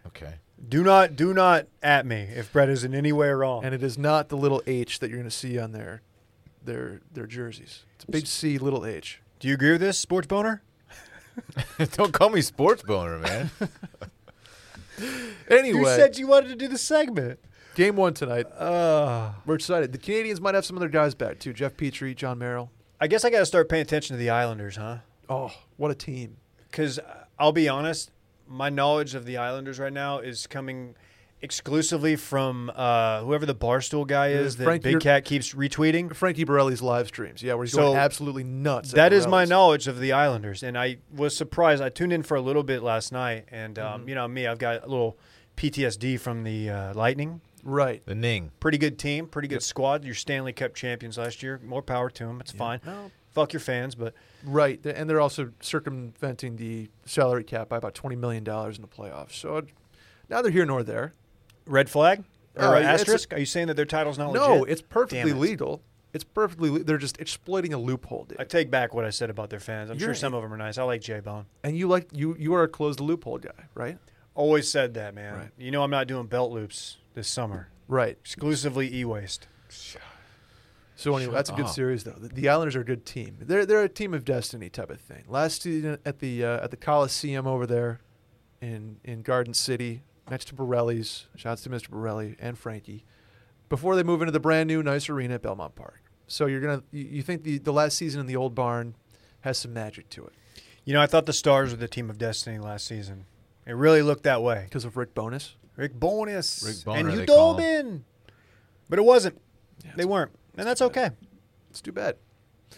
Speaker 4: okay.
Speaker 2: Do not do not at me if Brett is in any way wrong.
Speaker 3: And it is not the little H that you're gonna see on their their their jerseys. It's a big C, little H.
Speaker 2: Do you agree with this, sports boner?
Speaker 4: Don't call me sports boner, man.
Speaker 3: Anyway,
Speaker 2: You said you wanted to do the segment.
Speaker 3: game one tonight.
Speaker 2: Uh,
Speaker 3: We're excited. The Canadians might have some of their guys back too. Jeff Petrie, John Merrill.
Speaker 2: I guess I got to start paying attention to the Islanders, huh?
Speaker 3: Oh, what a team!
Speaker 2: Because I'll be honest, my knowledge of the Islanders right now is coming exclusively from uh, whoever the barstool guy is that
Speaker 3: Uh, Frank,
Speaker 2: Big
Speaker 3: you're-
Speaker 2: Cat keeps retweeting.
Speaker 3: Frankie Borelli's live streams. Yeah, where he's
Speaker 2: So,
Speaker 3: going absolutely nuts. at
Speaker 2: That is my
Speaker 3: Borelli's.
Speaker 2: knowledge of the Islanders, and I was surprised. I tuned in for a little bit last night, and um,
Speaker 3: Mm-hmm.
Speaker 2: you know me, I've got a little PTSD from the uh, Lightning.
Speaker 3: Right.
Speaker 4: The Ning.
Speaker 2: Pretty good team, pretty good squad. Your Stanley Cup champions last year. More power to them. It's fine.
Speaker 3: No.
Speaker 2: Fuck your fans, but
Speaker 3: Right. Th- And they're also circumventing the salary cap by about $20 million in the playoffs. So it- neither here nor there.
Speaker 2: red flag or
Speaker 3: Uh, it's a-
Speaker 2: asterisk? Are you saying that their title's not legit?
Speaker 3: No, it's perfectly
Speaker 2: Damn it.
Speaker 3: legal. It's perfectly le- They're just exploiting a loophole, dude.
Speaker 2: I take back what I said about their fans. I'm sure
Speaker 3: You're-
Speaker 2: some of them are nice. I like J Bone.
Speaker 3: and you like you you are a closed loophole guy, right?
Speaker 2: Always said that, man.
Speaker 3: Right.
Speaker 2: You know I'm not doing belt loops this summer.
Speaker 3: Right.
Speaker 2: Exclusively e-waste.
Speaker 3: So anyway, that's a good series though. The, the Islanders are a good team. They're they're a team of destiny type of thing. Last season at the uh, at the Coliseum over there, in in Garden City, next to Borelli's. Shouts to Mr. Borelli and Frankie. Before they move into the brand new nice arena at Belmont Park. So you're gonna you, you think the the last season in the old barn has some magic to it
Speaker 2: You know, I thought the Stars were the team of destiny last season. It really looked that way.
Speaker 3: because of Rick Bonus.
Speaker 2: Rick Bonus
Speaker 4: Rick
Speaker 2: and
Speaker 4: Boner, they call
Speaker 2: Udobin. But it wasn't. they weren't. And that's okay.
Speaker 3: It's too bad.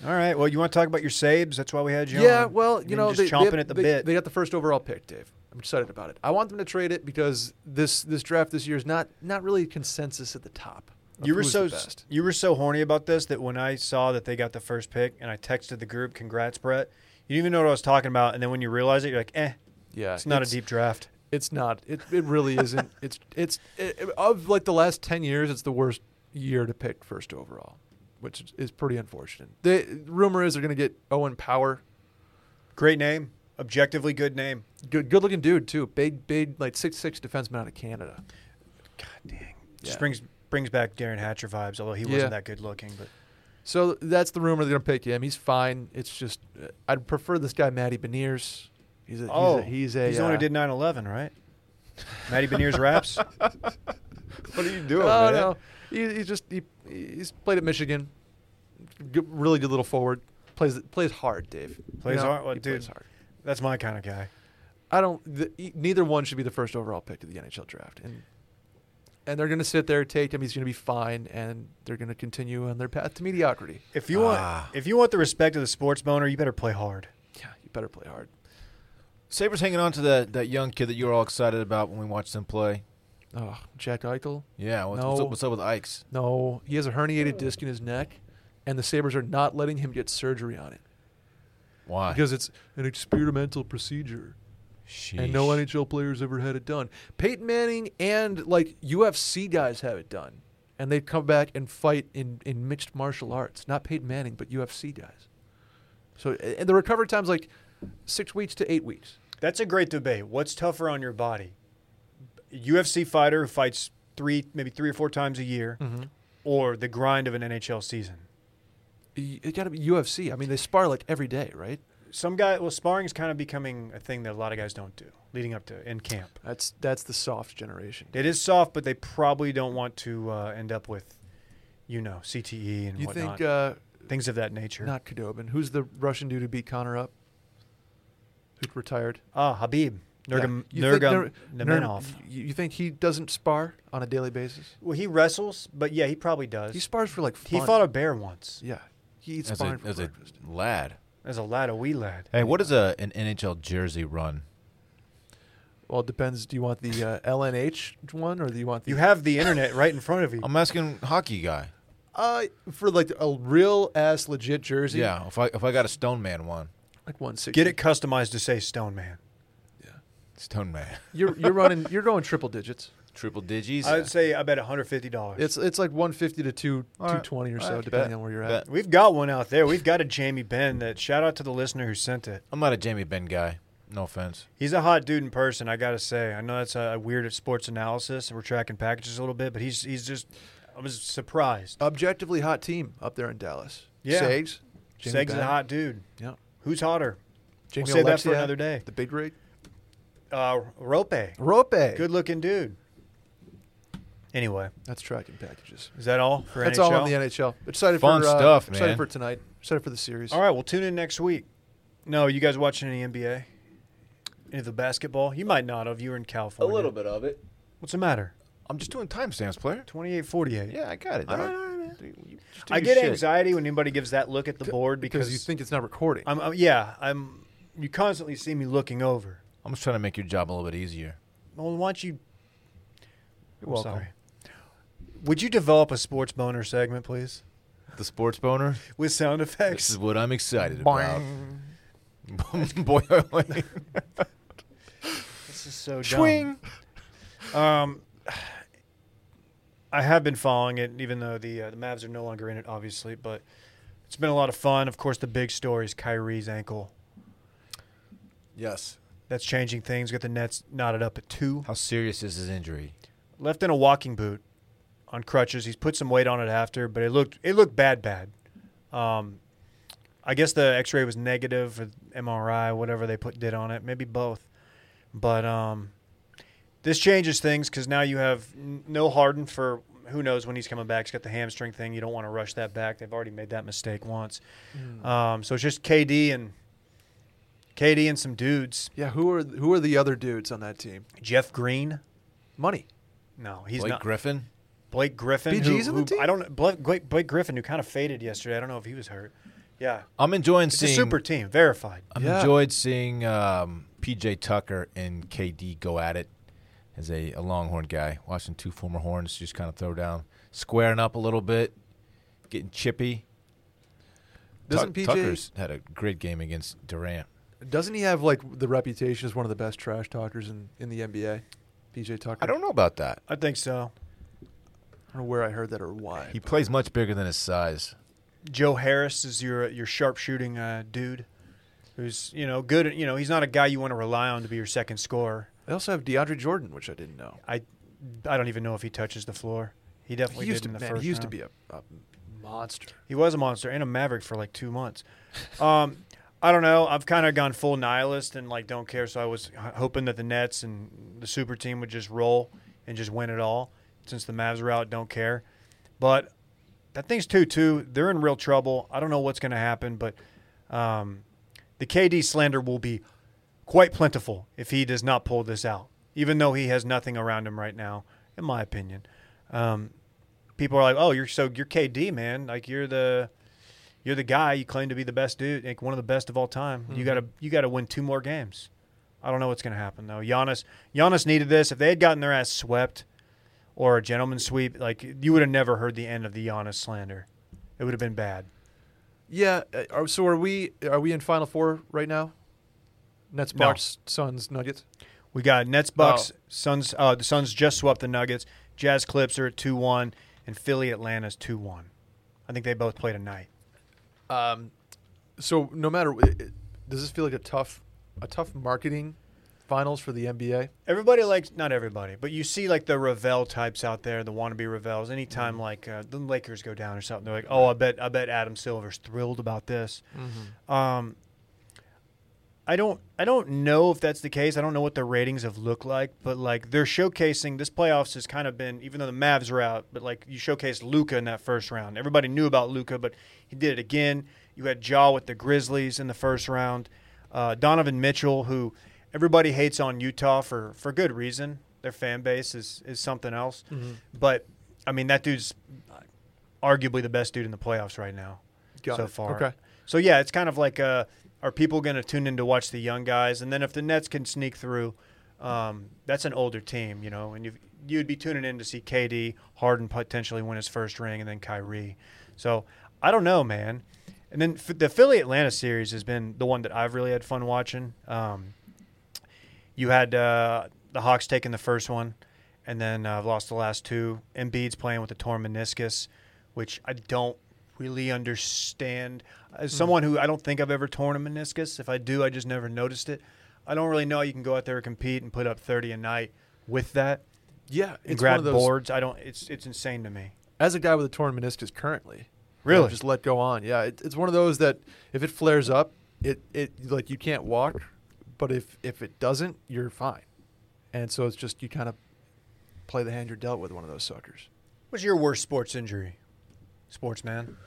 Speaker 2: All right. Well, you want to talk about your saves? That's why we had you
Speaker 3: Yeah,
Speaker 2: on.
Speaker 3: well,
Speaker 2: You've
Speaker 3: you
Speaker 2: been
Speaker 3: know,
Speaker 2: just
Speaker 3: they,
Speaker 2: chomping
Speaker 3: they,
Speaker 2: at the
Speaker 3: they-
Speaker 2: bit.
Speaker 3: They got the first overall pick, Dave. I'm excited about it. I want them to trade it because this this draft this year is not not really consensus at the top. of
Speaker 2: you were
Speaker 3: who's
Speaker 2: so
Speaker 3: the best.
Speaker 2: you were so horny about this that when I saw that they got the first pick and I texted the group, "Congrats, Brett." You didn't even know what I was talking about, and then when you realize it, you're like, "Eh,
Speaker 3: yeah.
Speaker 2: it's not a deep draft."
Speaker 3: It's not. It, it really isn't. it's it's it, it- of like the last ten years, it's the worst year to pick first overall, which is- is pretty unfortunate. The rumor is they're going to get Owen Power,
Speaker 2: Great name, objectively good name.
Speaker 3: good good looking dude too, big big like six six defenseman out of Canada. Yeah.
Speaker 2: Just brings brings back Darren Hatcher vibes, although he
Speaker 3: Yeah.
Speaker 2: wasn't that good looking. But
Speaker 3: So that's the rumor they're going to pick him. He's fine. It's just uh, I'd prefer this guy Matty Beniers. He's a
Speaker 2: oh,
Speaker 3: he's a, he's a
Speaker 2: he's the one
Speaker 3: uh,
Speaker 2: who did 9/11, right? Matty Beniers raps.
Speaker 8: What are you doing,
Speaker 3: Oh
Speaker 8: man?
Speaker 3: no, he, he's just he, he's played at Michigan. Good, really good little forward. Plays plays hard, Dave. You
Speaker 2: Plays
Speaker 3: know,
Speaker 2: hard? Well,
Speaker 3: he
Speaker 2: dude.
Speaker 3: plays hard.
Speaker 2: That's my kind of guy.
Speaker 3: I don't. The, e- neither one should be the first overall pick of the NHL draft, and and they're going to sit there, take him. He's going to be fine, and they're going to continue on their path to mediocrity.
Speaker 2: If you
Speaker 3: Ah.
Speaker 2: want, if you want the respect of the sports boner, you better play hard.
Speaker 3: Yeah, you better play hard.
Speaker 4: Sabres hanging on to that, that young kid that you were all excited about when we watched them play.
Speaker 3: Oh, Jack Eichel.
Speaker 4: Yeah, what's, what's,
Speaker 3: No.
Speaker 4: up, what's up with Ike's?
Speaker 3: No, he has a herniated disc in his neck, and the Sabres are not letting him get surgery on it
Speaker 4: Why?
Speaker 3: because it's an experimental procedure. And no
Speaker 4: Sheesh.
Speaker 3: NHL players ever had it done. Peyton Manning and like UFC guys have it done. And they come back and fight in, in mixed martial arts. Not Peyton Manning, but UFC guys. So and the recovery time's like six weeks to eight weeks.
Speaker 2: That's a great debate. What's tougher on your body? A UFC fighter who fights three, maybe three or four times a year,
Speaker 3: Mm-hmm.
Speaker 2: or the grind of an NHL season?
Speaker 3: Y- It gotta be UFC. I mean they spar like every day, right?
Speaker 2: Some guy, well, sparring is kind of becoming a thing that a lot of guys don't do leading up to in camp.
Speaker 3: That's that's the soft generation.
Speaker 2: It is soft, but they probably don't want to uh, end up with, you know, CTE and
Speaker 3: You
Speaker 2: whatnot,
Speaker 3: think uh,
Speaker 2: things of that nature.
Speaker 3: not Kadobin. Who's the Russian dude who beat Connor up? Who retired?
Speaker 2: ah, Habib Nurgam,
Speaker 3: You think
Speaker 2: Nurgam
Speaker 3: Nur-
Speaker 2: Nurmanov.
Speaker 3: Nur- you you think he doesn't spar on a daily basis?
Speaker 2: well, he wrestles, but yeah, he probably does.
Speaker 3: He spars for like
Speaker 2: he
Speaker 3: fun.
Speaker 2: fought a bear once
Speaker 3: Yeah. He eats
Speaker 4: As a,
Speaker 3: fine for
Speaker 4: as a
Speaker 3: breakfast.
Speaker 4: lad.
Speaker 2: as a lad, a wee lad.
Speaker 4: Hey, what does a, an NHL jersey run?
Speaker 3: Well, it depends. Do you want the uh, LNH one or do you want the
Speaker 2: You have the internet right in front of you.
Speaker 4: I'm asking hockey guy.
Speaker 3: uh for like a real ass legit jersey?
Speaker 4: Yeah, if I if I got a Stone Man one,
Speaker 3: like one sixty.
Speaker 2: Get it customized to say Stone Man.
Speaker 4: Stone Man,
Speaker 3: You're you're running. You're going triple digits.
Speaker 4: triple digits.
Speaker 2: I would say I bet $150.
Speaker 3: It's it's like one fifty to two
Speaker 4: All right.
Speaker 3: two twenty or
Speaker 4: All
Speaker 3: so,
Speaker 4: right.
Speaker 3: depending
Speaker 4: Bet.
Speaker 3: on where you're at.
Speaker 4: Bet.
Speaker 2: We've got one out there. We've got a Jamie Ben that shout out to the listener who sent it.
Speaker 4: I'm not a Jamie Ben guy. No offense.
Speaker 2: He's a hot dude in person, I got to say. I know that's a weird sports analysis and we're tracking packages a little bit, but he's he's just I was surprised.
Speaker 3: Objectively hot team up there in Dallas.
Speaker 2: Yeah.
Speaker 3: Sags. Jamie
Speaker 2: Seg's a
Speaker 3: Benn.
Speaker 2: hot dude.
Speaker 3: Yeah.
Speaker 2: Who's hotter?
Speaker 3: Jamie
Speaker 2: save that for
Speaker 3: Oleksiak,
Speaker 2: another day.
Speaker 3: The big rig.
Speaker 2: Uh, Rope.
Speaker 3: Rope.
Speaker 2: Good looking dude. Anyway,
Speaker 3: That's tracking packages.
Speaker 2: is that all for
Speaker 3: That's
Speaker 2: NHL?
Speaker 3: all on the NHL. Excited
Speaker 4: Fun
Speaker 3: for uh,
Speaker 4: stuff,
Speaker 3: Excited
Speaker 4: man.
Speaker 3: for tonight. Excited for the series.
Speaker 2: All right, well, tune in next week. No, you guys watching any NBA? Any of the basketball? You might not have. You were in
Speaker 8: A
Speaker 2: California.
Speaker 8: little bit of it.
Speaker 2: What's the matter?
Speaker 4: I'm just doing timestamps, player.
Speaker 2: 2848.
Speaker 4: Yeah, I got it.
Speaker 2: All
Speaker 4: dog.
Speaker 2: right, all right, man.
Speaker 4: Dude, you just do
Speaker 2: I
Speaker 4: your
Speaker 2: get
Speaker 4: shit.
Speaker 2: anxiety when anybody gives that look at the board because,
Speaker 3: Because you think it's not recording.
Speaker 2: I'm, I'm yeah, I'm you constantly see me looking over.
Speaker 4: I'm just trying to make your job a little bit easier.
Speaker 2: Well, why don't you
Speaker 3: You're
Speaker 2: I'm
Speaker 3: welcome.
Speaker 2: sorry. Would you develop a sports boner segment, please?
Speaker 4: The sports boner.
Speaker 2: With sound
Speaker 4: This
Speaker 2: effects.
Speaker 4: is what I'm excited
Speaker 3: Boing.
Speaker 4: about. Boy, boy.
Speaker 2: This is so dumb. Um I have been following it, even though the uh, the Mavs are no longer in it, obviously. But it's been a lot of fun. Of course, the big story is Kyrie's ankle.
Speaker 4: yes.
Speaker 2: That's changing things. Got the Nets knotted up at two.
Speaker 4: How serious is his injury?
Speaker 2: left in a walking boot on crutches. He's put some weight on it after, but it looked it looked bad, bad. Um, I guess the X-ray was negative or MRI, whatever they put did on it, maybe both. But um, this changes things because now you have n- no Harden for who knows when he's coming back. He's got the hamstring thing. You don't want to rush that back. They've already made that mistake once. Um, so it's just KD and KD and some dudes.
Speaker 3: Yeah, who are who are the other dudes on that team?
Speaker 2: Jeff Green.
Speaker 3: Money.
Speaker 2: No, he's
Speaker 4: Blake
Speaker 2: not.
Speaker 4: Griffin.
Speaker 2: Blake Griffin.
Speaker 3: BG's
Speaker 2: who,
Speaker 3: on the
Speaker 2: who-
Speaker 3: team?
Speaker 2: I don't. Blake, Blake, Blake Griffin, who kind of faded yesterday. I don't know if he was hurt. Yeah,
Speaker 4: I'm enjoying
Speaker 2: it's a
Speaker 4: seeing.
Speaker 2: super team, verified.
Speaker 4: I've
Speaker 3: Yeah.
Speaker 4: enjoyed seeing um, PJ Tucker and KD go at it as a, a Longhorn guy. Watching two former horns just kind of throw down, squaring up a little bit, getting chippy. Tuck-
Speaker 3: Doesn't PJ
Speaker 4: Tucker's had a great game against Durant.
Speaker 3: doesn't he have like the reputation as one of the best trash talkers in, in the NBA? PJ Tucker.
Speaker 4: I don't know about that.
Speaker 2: I think so.
Speaker 3: I don't know where I heard that or why.
Speaker 4: He plays much bigger than his size.
Speaker 2: Joe Harris is your your sharpshooting uh, dude, who's you know good. at- You know he's not a guy you want to rely on to be your second scorer.
Speaker 3: They also have DeAndre Jordan, which I didn't know.
Speaker 2: I I don't even know if he touches the floor. He definitely
Speaker 3: He used
Speaker 2: did
Speaker 3: to,
Speaker 2: in the
Speaker 3: man,
Speaker 2: first.
Speaker 3: he used
Speaker 2: round.
Speaker 3: to be a, a monster.
Speaker 2: He was a monster and a maverick for like two months. Um, I don't know. I've kind of gone full nihilist and like don't care. So I was h- hoping that the Nets and the super team would just roll and just win it all. Since the Mavs are out, don't care. But that thing's two two. They're in real trouble. I don't know what's going to happen, but um, the KD slander will be quite plentiful if he does not pull this out. Even though he has nothing around him right now, in my opinion. Um, people are like, "Oh, you're so you're KD, man. Like you're the you're the guy. You claim to be the best dude, like one of the best of all time. You gotta you gotta win two more games." I don't know what's gonna happen though. Giannis Giannis needed this. If they had gotten their ass swept or a gentleman sweep, like you would have never heard the end of the Giannis slander. It would have been bad.
Speaker 3: Yeah. uh, Are, so are we? Are we in Final Four right now? Nets,
Speaker 2: No.
Speaker 3: Bucks, Suns, Nuggets.
Speaker 2: We got Nets, Bucks, Suns. Uh, the Suns just swept the Nuggets. Jazz, Clips are at two one, and Philly, Atlanta's two one. I think they both play tonight.
Speaker 3: Um, so no matter, wh- it, does this feel like a tough, a tough marketing finals for the NBA?
Speaker 2: Everybody likes not everybody, but you see like the Ravel types out there, the wannabe Ravels. Anytime like uh, the Lakers go down or something, they're like, "Oh, I bet I bet Adam Silver's thrilled about this." Um, I don't I don't know if that's the case. I don't know what the ratings have looked like, but like they're showcasing this playoffs has kind of been even though the Mavs are out, but like you showcased Luca in that first round. Everybody knew about Luca, but he did it again. You had Jaw with the Grizzlies in the first round. Uh, Donovan Mitchell, who everybody hates on Utah for for good reason. Their fan base is is something else, but I mean that dude's arguably the best dude in the playoffs right now
Speaker 3: Got
Speaker 2: so
Speaker 3: it.
Speaker 2: far.
Speaker 3: Okay.
Speaker 2: So yeah, it's kind of like uh, are people going to tune in to watch the young guys? And then if the Nets can sneak through, um, that's an older team, you know, and you you'd be tuning in to see KD, Harden potentially win his first ring, and then Kyrie. So I don't know, man. And then f- the Philly Atlanta series has been the one that I've really had fun watching. Um, you had uh, the Hawks taking the first one, and then uh, lost the last two. Embiid's playing with a torn meniscus, which I don't really understand. As
Speaker 3: Hmm.
Speaker 2: someone who I don't think I've ever torn a meniscus, if I do, I just never noticed it. I don't really know how you can go out there and compete and put up 30 a night with that
Speaker 3: Yeah,
Speaker 2: and
Speaker 3: it's one
Speaker 2: grab
Speaker 3: of those.
Speaker 2: boards. I don't. It's it's insane to me.
Speaker 3: As a guy with a torn meniscus currently,
Speaker 2: Really?
Speaker 3: just let go on. Yeah, it, it's one of those that if it flares up, it it like you can't walk, but if if it doesn't, you're fine. And so it's just you kind of play the hand you're dealt with. One of those suckers.
Speaker 2: What's your worst sports injury? Sportsman.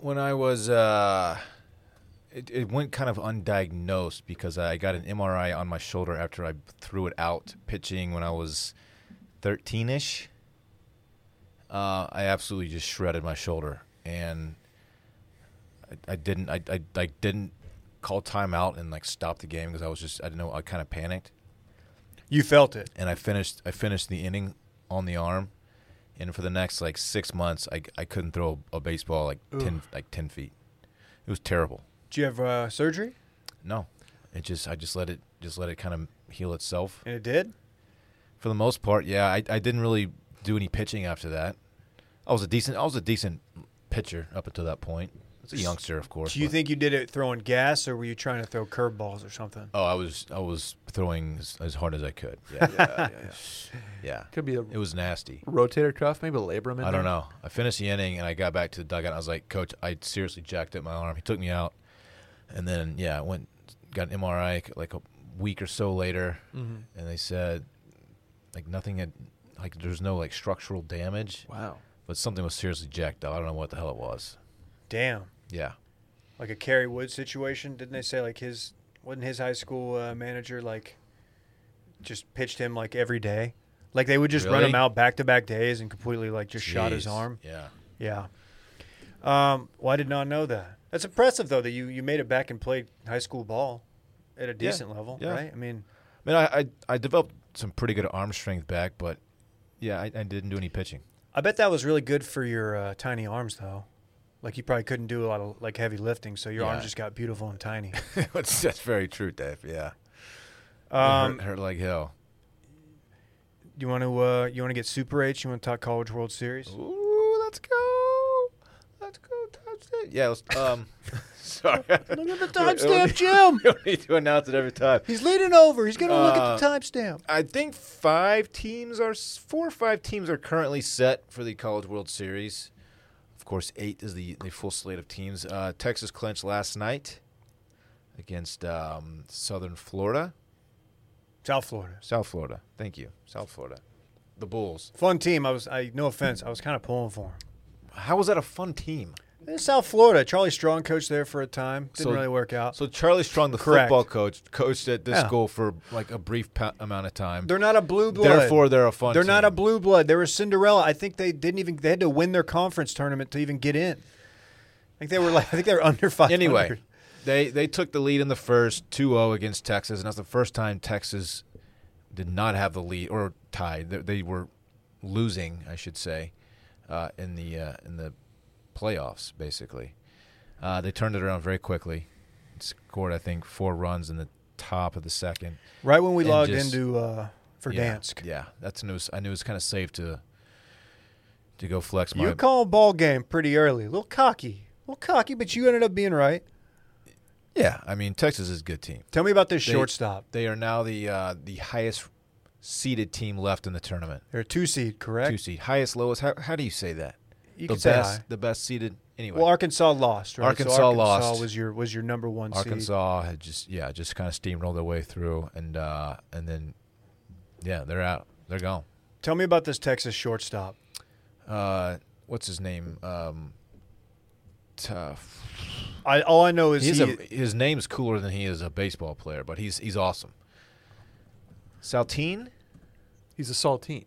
Speaker 4: when I was, uh, it, it went kind of undiagnosed because I got an MRI on my shoulder after I threw it out pitching when I was 13 ish. Uh, I absolutely just shredded my shoulder, and I, I didn't, I, I, I didn't call timeout and like stop the game because I was just, I didn't know, I kind of panicked
Speaker 2: You felt it.
Speaker 4: and I finished I finished the inning on the arm, and for the next like six months, I, I couldn't throw a, a baseball like ten like ten feet. It was terrible.
Speaker 2: Did you have uh, surgery?
Speaker 4: No, it just I just let it just let it kind of heal itself.
Speaker 2: And it did.
Speaker 4: For the most part, yeah, I, I didn't really do any pitching after that. I was a decent I was a decent pitcher up until that point. It's a youngster, of course.
Speaker 2: Do you
Speaker 4: but-
Speaker 2: think you did it throwing gas, or were you trying to throw curveballs or something?
Speaker 4: Oh, I was I was throwing as, as hard as I could. Yeah, yeah, yeah.
Speaker 3: Could be a
Speaker 4: It was nasty.
Speaker 3: rotator cuff, maybe a labrum. In
Speaker 4: I
Speaker 3: there.
Speaker 4: don't know. I finished the inning and I got back to the dugout. And I was like, Coach, I seriously jacked up my arm. He took me out, and then yeah, I went got an MRI like a week or so later, and they said like nothing had like there's no like structural damage,
Speaker 3: Wow.
Speaker 4: but something was seriously jacked up. I don't know what the hell it was.
Speaker 2: Damn,
Speaker 4: Yeah,
Speaker 2: like a Kerry Wood situation. Didn't they say like his wasn't his high school uh, manager like just pitched him like every day? Like they would just run
Speaker 4: Really?
Speaker 2: him out back to back days and completely like just shot his
Speaker 4: Jeez.
Speaker 2: arm.
Speaker 4: Yeah,
Speaker 2: Yeah. Um, well, I did not know that. That's impressive though that you you made it back and played high school ball at a decent level,
Speaker 4: Yeah.
Speaker 2: right? I mean,
Speaker 4: I mean, I, I I developed some pretty good arm strength back, but yeah, I, I didn't do any pitching.
Speaker 2: I bet that was really good for your uh, tiny arms though. Like you probably couldn't do a lot of like heavy lifting, so your
Speaker 4: Yeah.
Speaker 2: arms just got beautiful and tiny.
Speaker 4: that's, that's very true, Dave. Yeah, Um,
Speaker 2: Um,
Speaker 4: it hurt, hurt like hell.
Speaker 2: you want to uh, you want to get Super H? You want to talk College World Series?
Speaker 4: Ooh, let's go. Let's go touchdown. Yeah, let's, um, sorry. Look at the
Speaker 2: Timestamp, Jim.
Speaker 4: You don't need to announce it every time.
Speaker 2: He's leaning over. He's gonna look at the
Speaker 4: Uh,
Speaker 2: timestamp.
Speaker 4: I think five teams are four or five teams are currently set for the College World Series. Of course, eight is the, the full slate of teams. Uh, Texas clinched last night against um, Southern Florida,
Speaker 2: South Florida.
Speaker 4: South Florida. Thank you, South Florida. The Bulls.
Speaker 2: Fun team. I was. I no offense. I was kind of pulling for him.
Speaker 4: How was that a fun team?
Speaker 2: Eh, South Florida. Charlie Strong coached there for a time. Didn't
Speaker 4: So-
Speaker 2: really work out.
Speaker 4: So Charlie Strong, the
Speaker 2: Correct.
Speaker 4: football coach, coached at this
Speaker 2: Yeah.
Speaker 4: school for like a brief pa- amount of time.
Speaker 2: They're not a blue blood.
Speaker 4: Therefore, they're a fun.
Speaker 2: They're not a
Speaker 4: team.
Speaker 2: blue blood. They were Cinderella. I think they didn't even. They had to win their conference tournament to even get in. I think they were like. I think they were under five.
Speaker 4: Anyway, they they took the lead in the first 2-0 against Texas, and that's the first time Texas did not have the lead or tied. They, they were losing, I should say, uh, in the uh, in the playoffs. Basically, uh, they turned it around very quickly. Scored, I think, four runs in the top of the second.
Speaker 2: right when we
Speaker 4: and
Speaker 2: logged
Speaker 4: just-
Speaker 2: into uh, for
Speaker 4: yeah,
Speaker 2: Dansk,
Speaker 4: Yeah, that's when it was, I knew it was kind of safe to to go flex my.
Speaker 2: you call a ball game pretty early. A little cocky, a little cocky, but you ended up being right.
Speaker 4: yeah, I mean Texas is a good team.
Speaker 2: Tell me about this
Speaker 4: They-
Speaker 2: shortstop.
Speaker 4: They are now the uh, the highest seeded team left in the tournament.
Speaker 2: They're a two seed, correct?
Speaker 4: Two seed, highest, lowest. How, how do you say that?
Speaker 2: You
Speaker 4: the
Speaker 2: could say
Speaker 4: best,
Speaker 2: high.
Speaker 4: the best seeded. Anyway,
Speaker 2: Well, Arkansas lost. Right? So
Speaker 4: Arkansas lost.
Speaker 2: Arkansas was your was your number one. seed.
Speaker 4: Arkansas had just yeah, just kind of steamrolled their way through, and uh, and then yeah, they're out. They're gone.
Speaker 2: Tell me about this Texas shortstop.
Speaker 4: Uh, what's his name? Um, tough.
Speaker 2: I, all I know is
Speaker 4: He's
Speaker 2: he,
Speaker 4: a, his name's cooler than he is a baseball player, but he's he's awesome. Saltine?
Speaker 3: He's a saltine.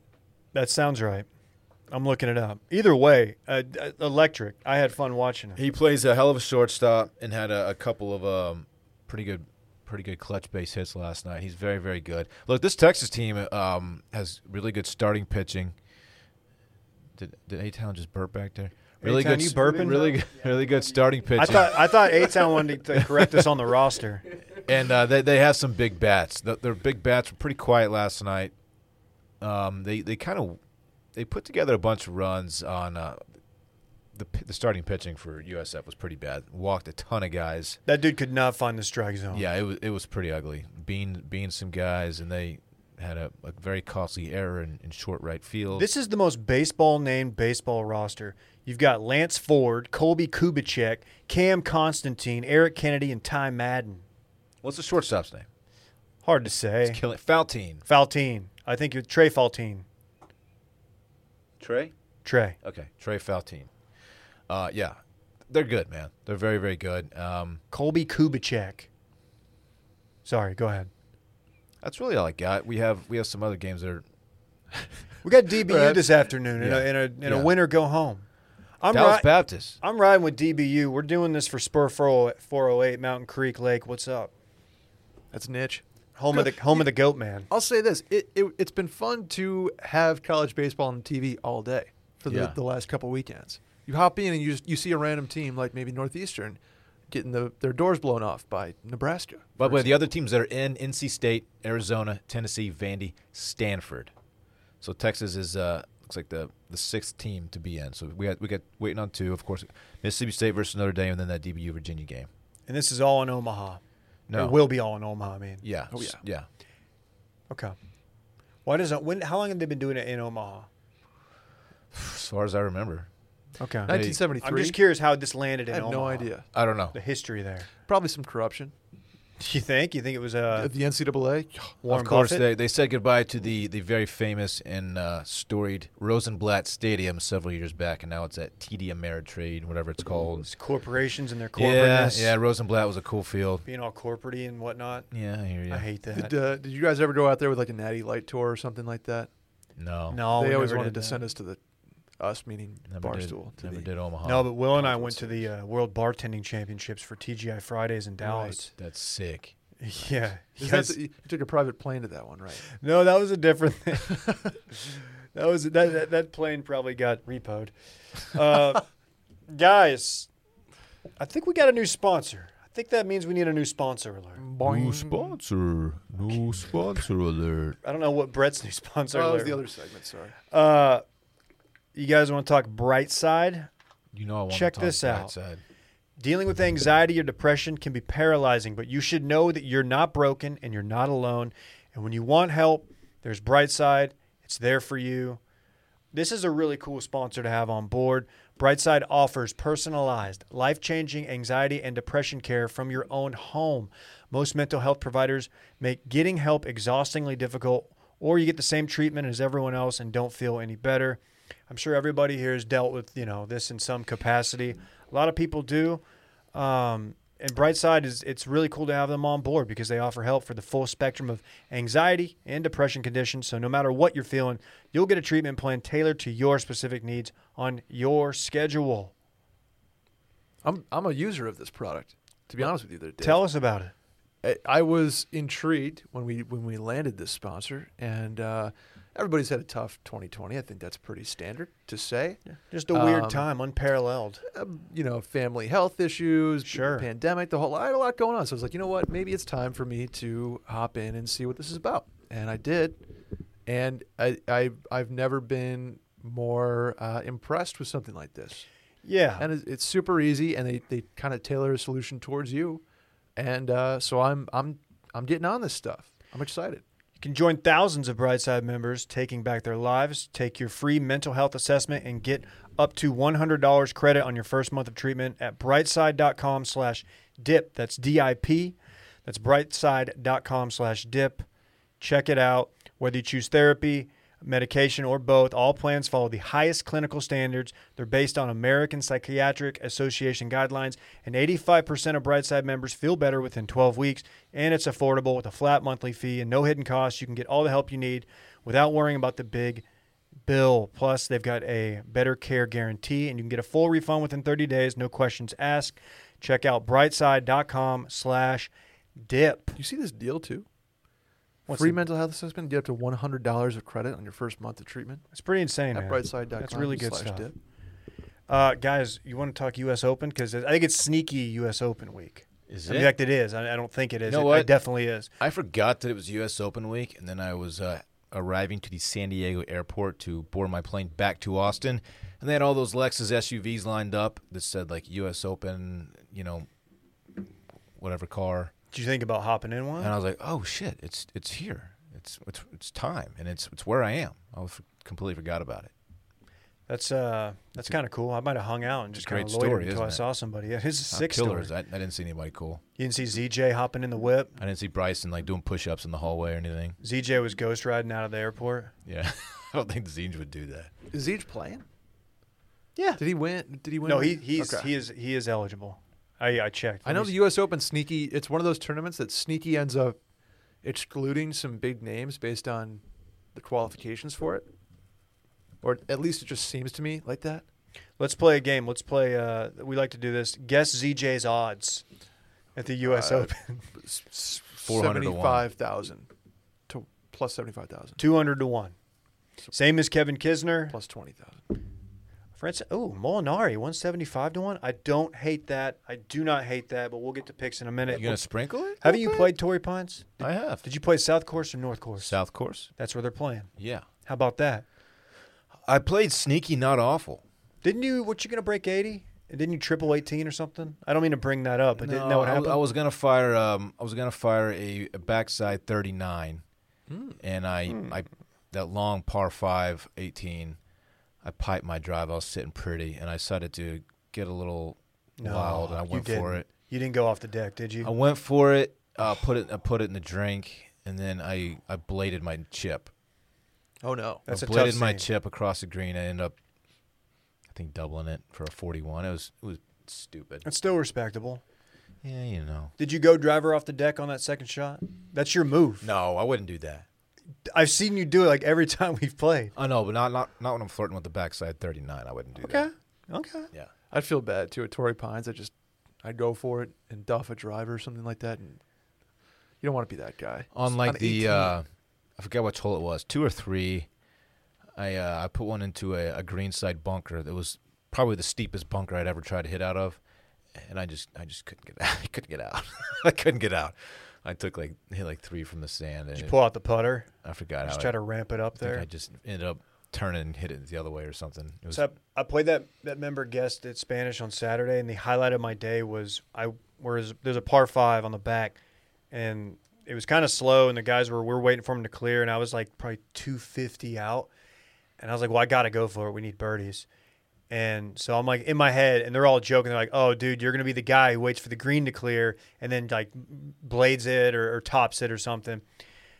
Speaker 2: That sounds right. I'm looking it up. Either way, uh, d- uh, electric. I had fun watching it.
Speaker 4: He plays a hell of a shortstop and had a, a couple of um, pretty good pretty good clutch base hits last night. He's very very good. Look, this Texas team um, has really good starting pitching. Did did A Town just burp back there? Really
Speaker 2: A-Town,
Speaker 4: good.
Speaker 2: you
Speaker 4: s-
Speaker 2: burping?
Speaker 4: Really good. Really good starting pitching.
Speaker 2: I thought I thought A Town wanted to correct us on the roster.
Speaker 4: and uh, they they have some big bats. The, their big bats were pretty quiet last night. Um, they they kind of they put together a bunch of runs on uh, the p- the starting pitching for USF was pretty bad. Walked a ton of guys.
Speaker 2: That dude could not find the strike zone.
Speaker 4: Yeah, it was it was pretty ugly. Bean being some guys, and they had a, a very costly error in, in short right field.
Speaker 2: This is the most baseball named baseball roster. You've got Lance Ford, Colby Kubicek, Cam Constantine, Eric Kennedy, and Ty Madden.
Speaker 4: What's the shortstop's name?
Speaker 2: Hard to say.
Speaker 4: Kill it. Faltine.
Speaker 2: Faltine. I think you Trey Faltine.
Speaker 4: Trey.
Speaker 2: Trey.
Speaker 4: Okay, Trey Faltine. Uh, yeah, they're good, man. They're very very good. Um,
Speaker 2: Colby Kubicek. Sorry, go ahead.
Speaker 4: That's really all I got. We have we have some other games that are
Speaker 2: We got DBU
Speaker 4: Right.
Speaker 2: this afternoon in
Speaker 4: Yeah.
Speaker 2: a in a, in a
Speaker 4: Yeah.
Speaker 2: winner go home. I'm
Speaker 4: Dallas
Speaker 2: ri-
Speaker 4: Baptist.
Speaker 2: I'm riding with DBU. We're doing this for Spur oh, 408 Mountain Creek Lake. What's up?
Speaker 3: That's niche.
Speaker 2: Home of the home of the goat man.
Speaker 3: I'll say this: it, it it's been fun to have college baseball on TV all day for the,
Speaker 4: Yeah.
Speaker 3: the last couple weekends. You hop in and you just, you see a random team like maybe Northeastern getting the, their doors blown off by Nebraska.
Speaker 4: By the way, the other teams that are in NC State, Arizona, Tennessee, Vandy, Stanford. So Texas is uh, looks like the the sixth team to be in. So we got we got waiting on two, of course, Mississippi State versus Notre Dame, and then that DBU Virginia game.
Speaker 2: And this is all in Omaha.
Speaker 4: No,
Speaker 2: It will be all in Omaha, I mean.
Speaker 4: yeah,
Speaker 3: Oh,
Speaker 4: s-
Speaker 3: yeah.
Speaker 4: yeah.
Speaker 2: Okay. Why does it, when, how long have they been doing it in Omaha?
Speaker 4: As far as I remember,
Speaker 2: Okay. I'm
Speaker 3: 1973.
Speaker 2: just curious how this landed
Speaker 3: I
Speaker 2: in
Speaker 3: had
Speaker 2: Omaha.
Speaker 3: no idea.
Speaker 4: I don't know.
Speaker 2: The history there.
Speaker 3: Probably some corruption
Speaker 2: You think? You think it was uh, a
Speaker 3: at the NCAA.
Speaker 2: Warren
Speaker 4: of course,
Speaker 2: Buffett?
Speaker 4: they, they said goodbye to the, the very famous and uh, storied Rosenblatt Stadium several years back, and now it's at TD Ameritrade, whatever it's called.
Speaker 2: It's corporations and their
Speaker 4: Yeah,
Speaker 2: corporateness.
Speaker 4: yeah. Rosenblatt was a cool field.
Speaker 2: Being all corporate and whatnot.
Speaker 4: Yeah, I hear you.
Speaker 2: I hate that.
Speaker 3: Did, uh, did you guys ever go out there with like a natty light tour or something like that?
Speaker 4: no,
Speaker 2: no,
Speaker 3: they
Speaker 2: we
Speaker 3: always
Speaker 2: never
Speaker 3: wanted
Speaker 2: did
Speaker 3: to
Speaker 2: that.
Speaker 3: send us to the us meaning
Speaker 4: never did,
Speaker 3: barstool. to
Speaker 4: never
Speaker 3: the-
Speaker 4: did Omaha.
Speaker 2: No, but Will and I went to the uh, World Bartending Championships for TGI Fridays in Dallas.
Speaker 4: That's sick.
Speaker 2: Yeah. You
Speaker 3: Is that
Speaker 2: guys-
Speaker 3: the- you took a private plane to that one, right?
Speaker 2: no, that was a different thing. that was that, that that plane probably got repoed. Uh, guys, I think we got a new sponsor. I think that means we need a new sponsor alert.
Speaker 4: New
Speaker 2: Mm-hmm.
Speaker 4: sponsor. New sponsor alert.
Speaker 2: I don't know what Brett's new sponsor
Speaker 3: Oh, that was
Speaker 2: alert.
Speaker 3: the other segment. Sorry.
Speaker 2: Uh, you guys want to talk bright side?
Speaker 4: You know I want
Speaker 2: Check
Speaker 4: to talk
Speaker 2: this
Speaker 4: bright
Speaker 2: out.
Speaker 4: Side.
Speaker 2: Dealing with anxiety or depression can be paralyzing, but you should know that you're not broken and you're not alone. And when you want help, there's Brightside. It's there for you. This is a really cool sponsor to have on board. Brightside offers personalized, life changing anxiety and depression care from your own home. Most mental health providers make getting help exhaustingly difficult, or you get the same treatment as everyone else and don't feel any better. I'm sure everybody here has dealt with you know this in some capacity. A lot of people do. Um, and Brightside is it's really cool to have them on board because they offer help for the full spectrum of anxiety and depression conditions. So no matter what you're feeling, you'll get a treatment plan tailored to your specific needs on your schedule.
Speaker 3: I'm I'm a user of this product. To be honest with you, there, Dave.
Speaker 2: Tell us about it.
Speaker 3: I- I was intrigued when we when we landed this sponsor, and uh, everybody's had a tough 2020. I think that's pretty standard to say.
Speaker 2: Just a weird
Speaker 3: Um,
Speaker 2: time, unparalleled.
Speaker 3: Um, you know, family health issues, the
Speaker 2: Sure.
Speaker 3: pandemic, the whole. I had a lot going on, so I was like, you know what? Maybe it's time for me to hop in and see what this is about. And I did, and I, I I've never been more uh, impressed with something like this.
Speaker 2: Yeah.
Speaker 3: and it's, it's super easy and they, they kind of tailor a solution towards you and uh, so i'm i'm i'm getting on this stuff i'm excited
Speaker 2: You can join thousands of Brightside members taking back their lives. Take your free mental health assessment and get up to $100 credit on your first month of treatment at brightside.com slash dip. That's D-I-P. That's brightside.com slash dip. Check it out. Whether you choose therapy, medication, or both, all plans follow the highest clinical standards. They're based on American Psychiatric Association guidelines, and 85% of Brightside members feel better within 12 weeks. And it's affordable with a flat monthly fee and no hidden costs. You can get all the help you need without worrying about the big bill. Plus, they've got a better care guarantee, and you can get a full refund within 30 days, no questions asked. Check out brightside.com slash dip.
Speaker 3: you see this deal too
Speaker 2: What's
Speaker 3: free
Speaker 2: the-
Speaker 3: mental health assessment get up to $100 of credit on your first month of treatment
Speaker 2: It's pretty insane,
Speaker 3: at
Speaker 2: man.
Speaker 3: brightside.com
Speaker 2: That's really good
Speaker 3: slash
Speaker 2: stuff.
Speaker 3: dip.
Speaker 2: Uh, guys, you want to talk U.S. Open because I think it's sneaky U.S. Open week.
Speaker 4: Is
Speaker 2: In fact, it is. I, I don't think it is.
Speaker 4: You know
Speaker 2: it,
Speaker 4: what?
Speaker 2: it definitely is.
Speaker 4: I forgot that it was U.S. Open week, and then I was uh, arriving to the San Diego airport to board my plane back to Austin, and they had all those Lexus SUVs lined up that said like U.S. Open, you know, whatever car,
Speaker 2: Did you think about hopping in one?
Speaker 4: and I was like, oh shit, it's it's here, it's it's it's time, and it's it's where I am. I was, completely forgot about it.
Speaker 2: That's uh, that's kind of cool. I might have hung out and
Speaker 4: It's
Speaker 2: just
Speaker 4: a
Speaker 2: kind of
Speaker 4: great
Speaker 2: loitered
Speaker 4: story,
Speaker 2: until I
Speaker 4: isn't it?
Speaker 2: saw somebody. Yeah, his
Speaker 4: Not
Speaker 2: six
Speaker 4: killers.
Speaker 2: story.
Speaker 4: I, I didn't see anybody cool.
Speaker 2: You didn't see ZJ hopping in the whip.
Speaker 4: I didn't see Bryson like doing push-ups in the hallway or anything.
Speaker 2: ZJ was ghost riding out of the airport.
Speaker 4: Yeah, I don't think Zines would do that.
Speaker 3: is he playing
Speaker 2: Yeah.
Speaker 3: did he win did he win
Speaker 2: No, he he's
Speaker 3: Okay.
Speaker 2: he is he is eligible. I I checked.
Speaker 3: i know the us open sneaky it's one of those tournaments that sneaky ends up excluding some big names based on the qualifications for it or at least it just seems to me like that
Speaker 2: Let's play a game. Let's play. Uh, we like to do this. Guess ZJ's odds at the U.S.
Speaker 3: Uh,
Speaker 2: Open.
Speaker 4: 400 to one.
Speaker 3: 75,000 to plus 75,000
Speaker 2: Two hundred to one. Same as Kevin Kisner.
Speaker 3: plus 20,000.
Speaker 2: Francis, oh, Molinari, 175 to 1. I don't hate that. I do not hate that, but we'll get to picks in a minute.
Speaker 4: You gonna sprinkle it?
Speaker 2: Haven't you played Torrey Pines?
Speaker 4: I have.
Speaker 2: Did you play South Course or North Course?
Speaker 4: South course.
Speaker 2: That's where they're playing.
Speaker 4: Yeah.
Speaker 2: How about that?
Speaker 4: I played sneaky, not awful.
Speaker 2: Didn't you? What you gonna break eighty? And Didn't you triple eighteen or something? I don't mean to bring that up, but didn't that
Speaker 4: No,
Speaker 2: what
Speaker 4: I w-
Speaker 2: happened?
Speaker 4: I, was gonna fire. Um, I was gonna fire a, a backside thirty nine,
Speaker 2: Hmm.
Speaker 4: and I, I that long par five 18, I piped my drive. I was sitting pretty, and I decided to get a little wild, and I
Speaker 2: you
Speaker 4: went for
Speaker 2: didn't.
Speaker 4: it.
Speaker 2: You didn't go off the deck, did you?
Speaker 4: I went for it. Uh, put it. I put it in the drink, and then I I bladed my chip.
Speaker 3: Oh no.
Speaker 2: That's
Speaker 4: I
Speaker 2: a tough
Speaker 4: bladed my
Speaker 2: scene.
Speaker 4: chip across the green. I ended up, I think, doubling it for a forty one. It was it was stupid.
Speaker 2: That's still respectable.
Speaker 4: Yeah, you know.
Speaker 2: Did you go driver off the deck on that second shot? That's your move.
Speaker 4: No, I wouldn't do that.
Speaker 2: I've seen you do it like every time we've played.
Speaker 4: I know, but not not not when I'm flirting with the backside 39. I wouldn't do
Speaker 2: Okay.
Speaker 4: that.
Speaker 2: Okay.
Speaker 4: Yeah.
Speaker 3: I'd feel bad too at Torrey Pines. I just I'd go for it and duff a driver or something like that, and you don't want to be that guy.
Speaker 4: On like
Speaker 3: On
Speaker 4: the
Speaker 3: 18.
Speaker 4: uh I forgot which hole it was, two or three. I uh, I put one into a, a greenside bunker that was probably the steepest bunker I'd ever tried to hit out of, and I just I just couldn't get out. I couldn't get out. I couldn't get out. I took like hit like three from the sand, and
Speaker 2: Did you
Speaker 4: it-
Speaker 2: pull out the putter?
Speaker 4: I forgot
Speaker 2: Just
Speaker 4: how.
Speaker 2: try
Speaker 4: I,
Speaker 2: to ramp it up
Speaker 4: I think
Speaker 2: there.
Speaker 4: I just ended up turning and hit it the other way or something. It was
Speaker 2: So I, I played that that member guest at Spanish on Saturday, and the highlight of my day was I whereas there's a par five on the back, and it was kind of slow, and the guys were we are waiting for him to clear, and I was like probably 250 out, and I was like, well, I gotta go for it. We need birdies. And so I'm like in my head, and they're all joking. They're like, "Oh, dude, you're gonna be the guy who waits for the green to clear and then like blades it or, or tops it or something."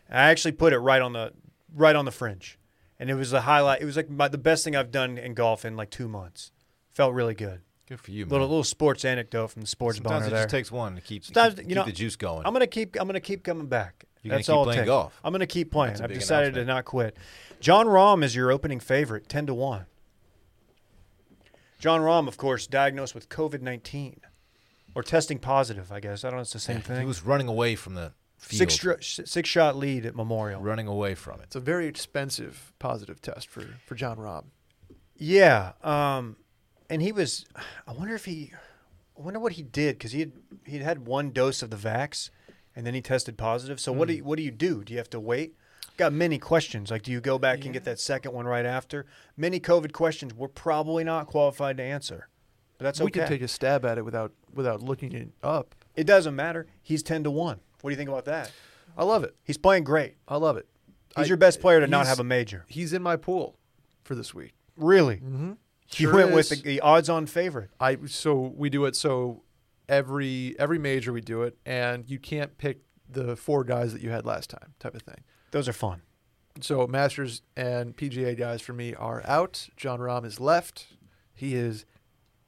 Speaker 2: And I actually put it right on the right on the fringe, and it was the highlight. It was like my, the best thing I've done in golf in like two months. Felt really good.
Speaker 4: good for you, man.
Speaker 2: Little little sports anecdote from the sports
Speaker 4: Sometimes
Speaker 2: boner
Speaker 4: it
Speaker 2: there.
Speaker 4: just takes one to keep, keep,
Speaker 2: Sometimes,
Speaker 4: keep
Speaker 2: you know,
Speaker 4: the juice going.
Speaker 2: I'm gonna keep. I'm gonna keep coming back.
Speaker 4: You're gonna
Speaker 2: That's
Speaker 4: keep
Speaker 2: all it
Speaker 4: playing
Speaker 2: takes.
Speaker 4: golf.
Speaker 2: I'm gonna keep playing.
Speaker 4: That's a
Speaker 2: I've
Speaker 4: big
Speaker 2: decided to
Speaker 4: announcement.
Speaker 2: not quit. John Rahm is your opening favorite, ten to one. John Rahm, of course, diagnosed with COVID nineteen, or testing positive. I guess I don't know. It's the same
Speaker 4: He
Speaker 2: thing.
Speaker 4: was running away from the field.
Speaker 2: Six, stro- six shot lead at Memorial.
Speaker 4: running away from it.
Speaker 3: It's a very expensive positive test for for John Robb.
Speaker 2: Yeah, um, and he was. I wonder if he. I wonder what he did because he had he had one dose of the vax, and then he tested positive. So what do you,
Speaker 3: Hmm.
Speaker 2: what do you do? Do you have to wait? Got many questions. Like, do you go back and get that second one right after? Many COVID questions we're probably not qualified to answer, but that's okay.
Speaker 3: We can take a stab at it without without looking it up.
Speaker 2: it doesn't matter. He's ten to one. What do you think about that?
Speaker 3: I love it.
Speaker 2: He's playing great.
Speaker 3: I love it.
Speaker 2: He's
Speaker 3: I-
Speaker 2: your best player to not
Speaker 3: he's-
Speaker 2: have a major.
Speaker 3: He's in my pool for this week.
Speaker 2: Really? Mm-hmm. you
Speaker 3: Sure
Speaker 2: went with the,
Speaker 3: is.
Speaker 2: the odds-on favorite.
Speaker 3: I so we do it so every every major we do it, and you can't pick the four guys that you had last time type of thing.
Speaker 2: Those are fun.
Speaker 3: So Masters and PGA guys for me are out. John Rahm is left. He is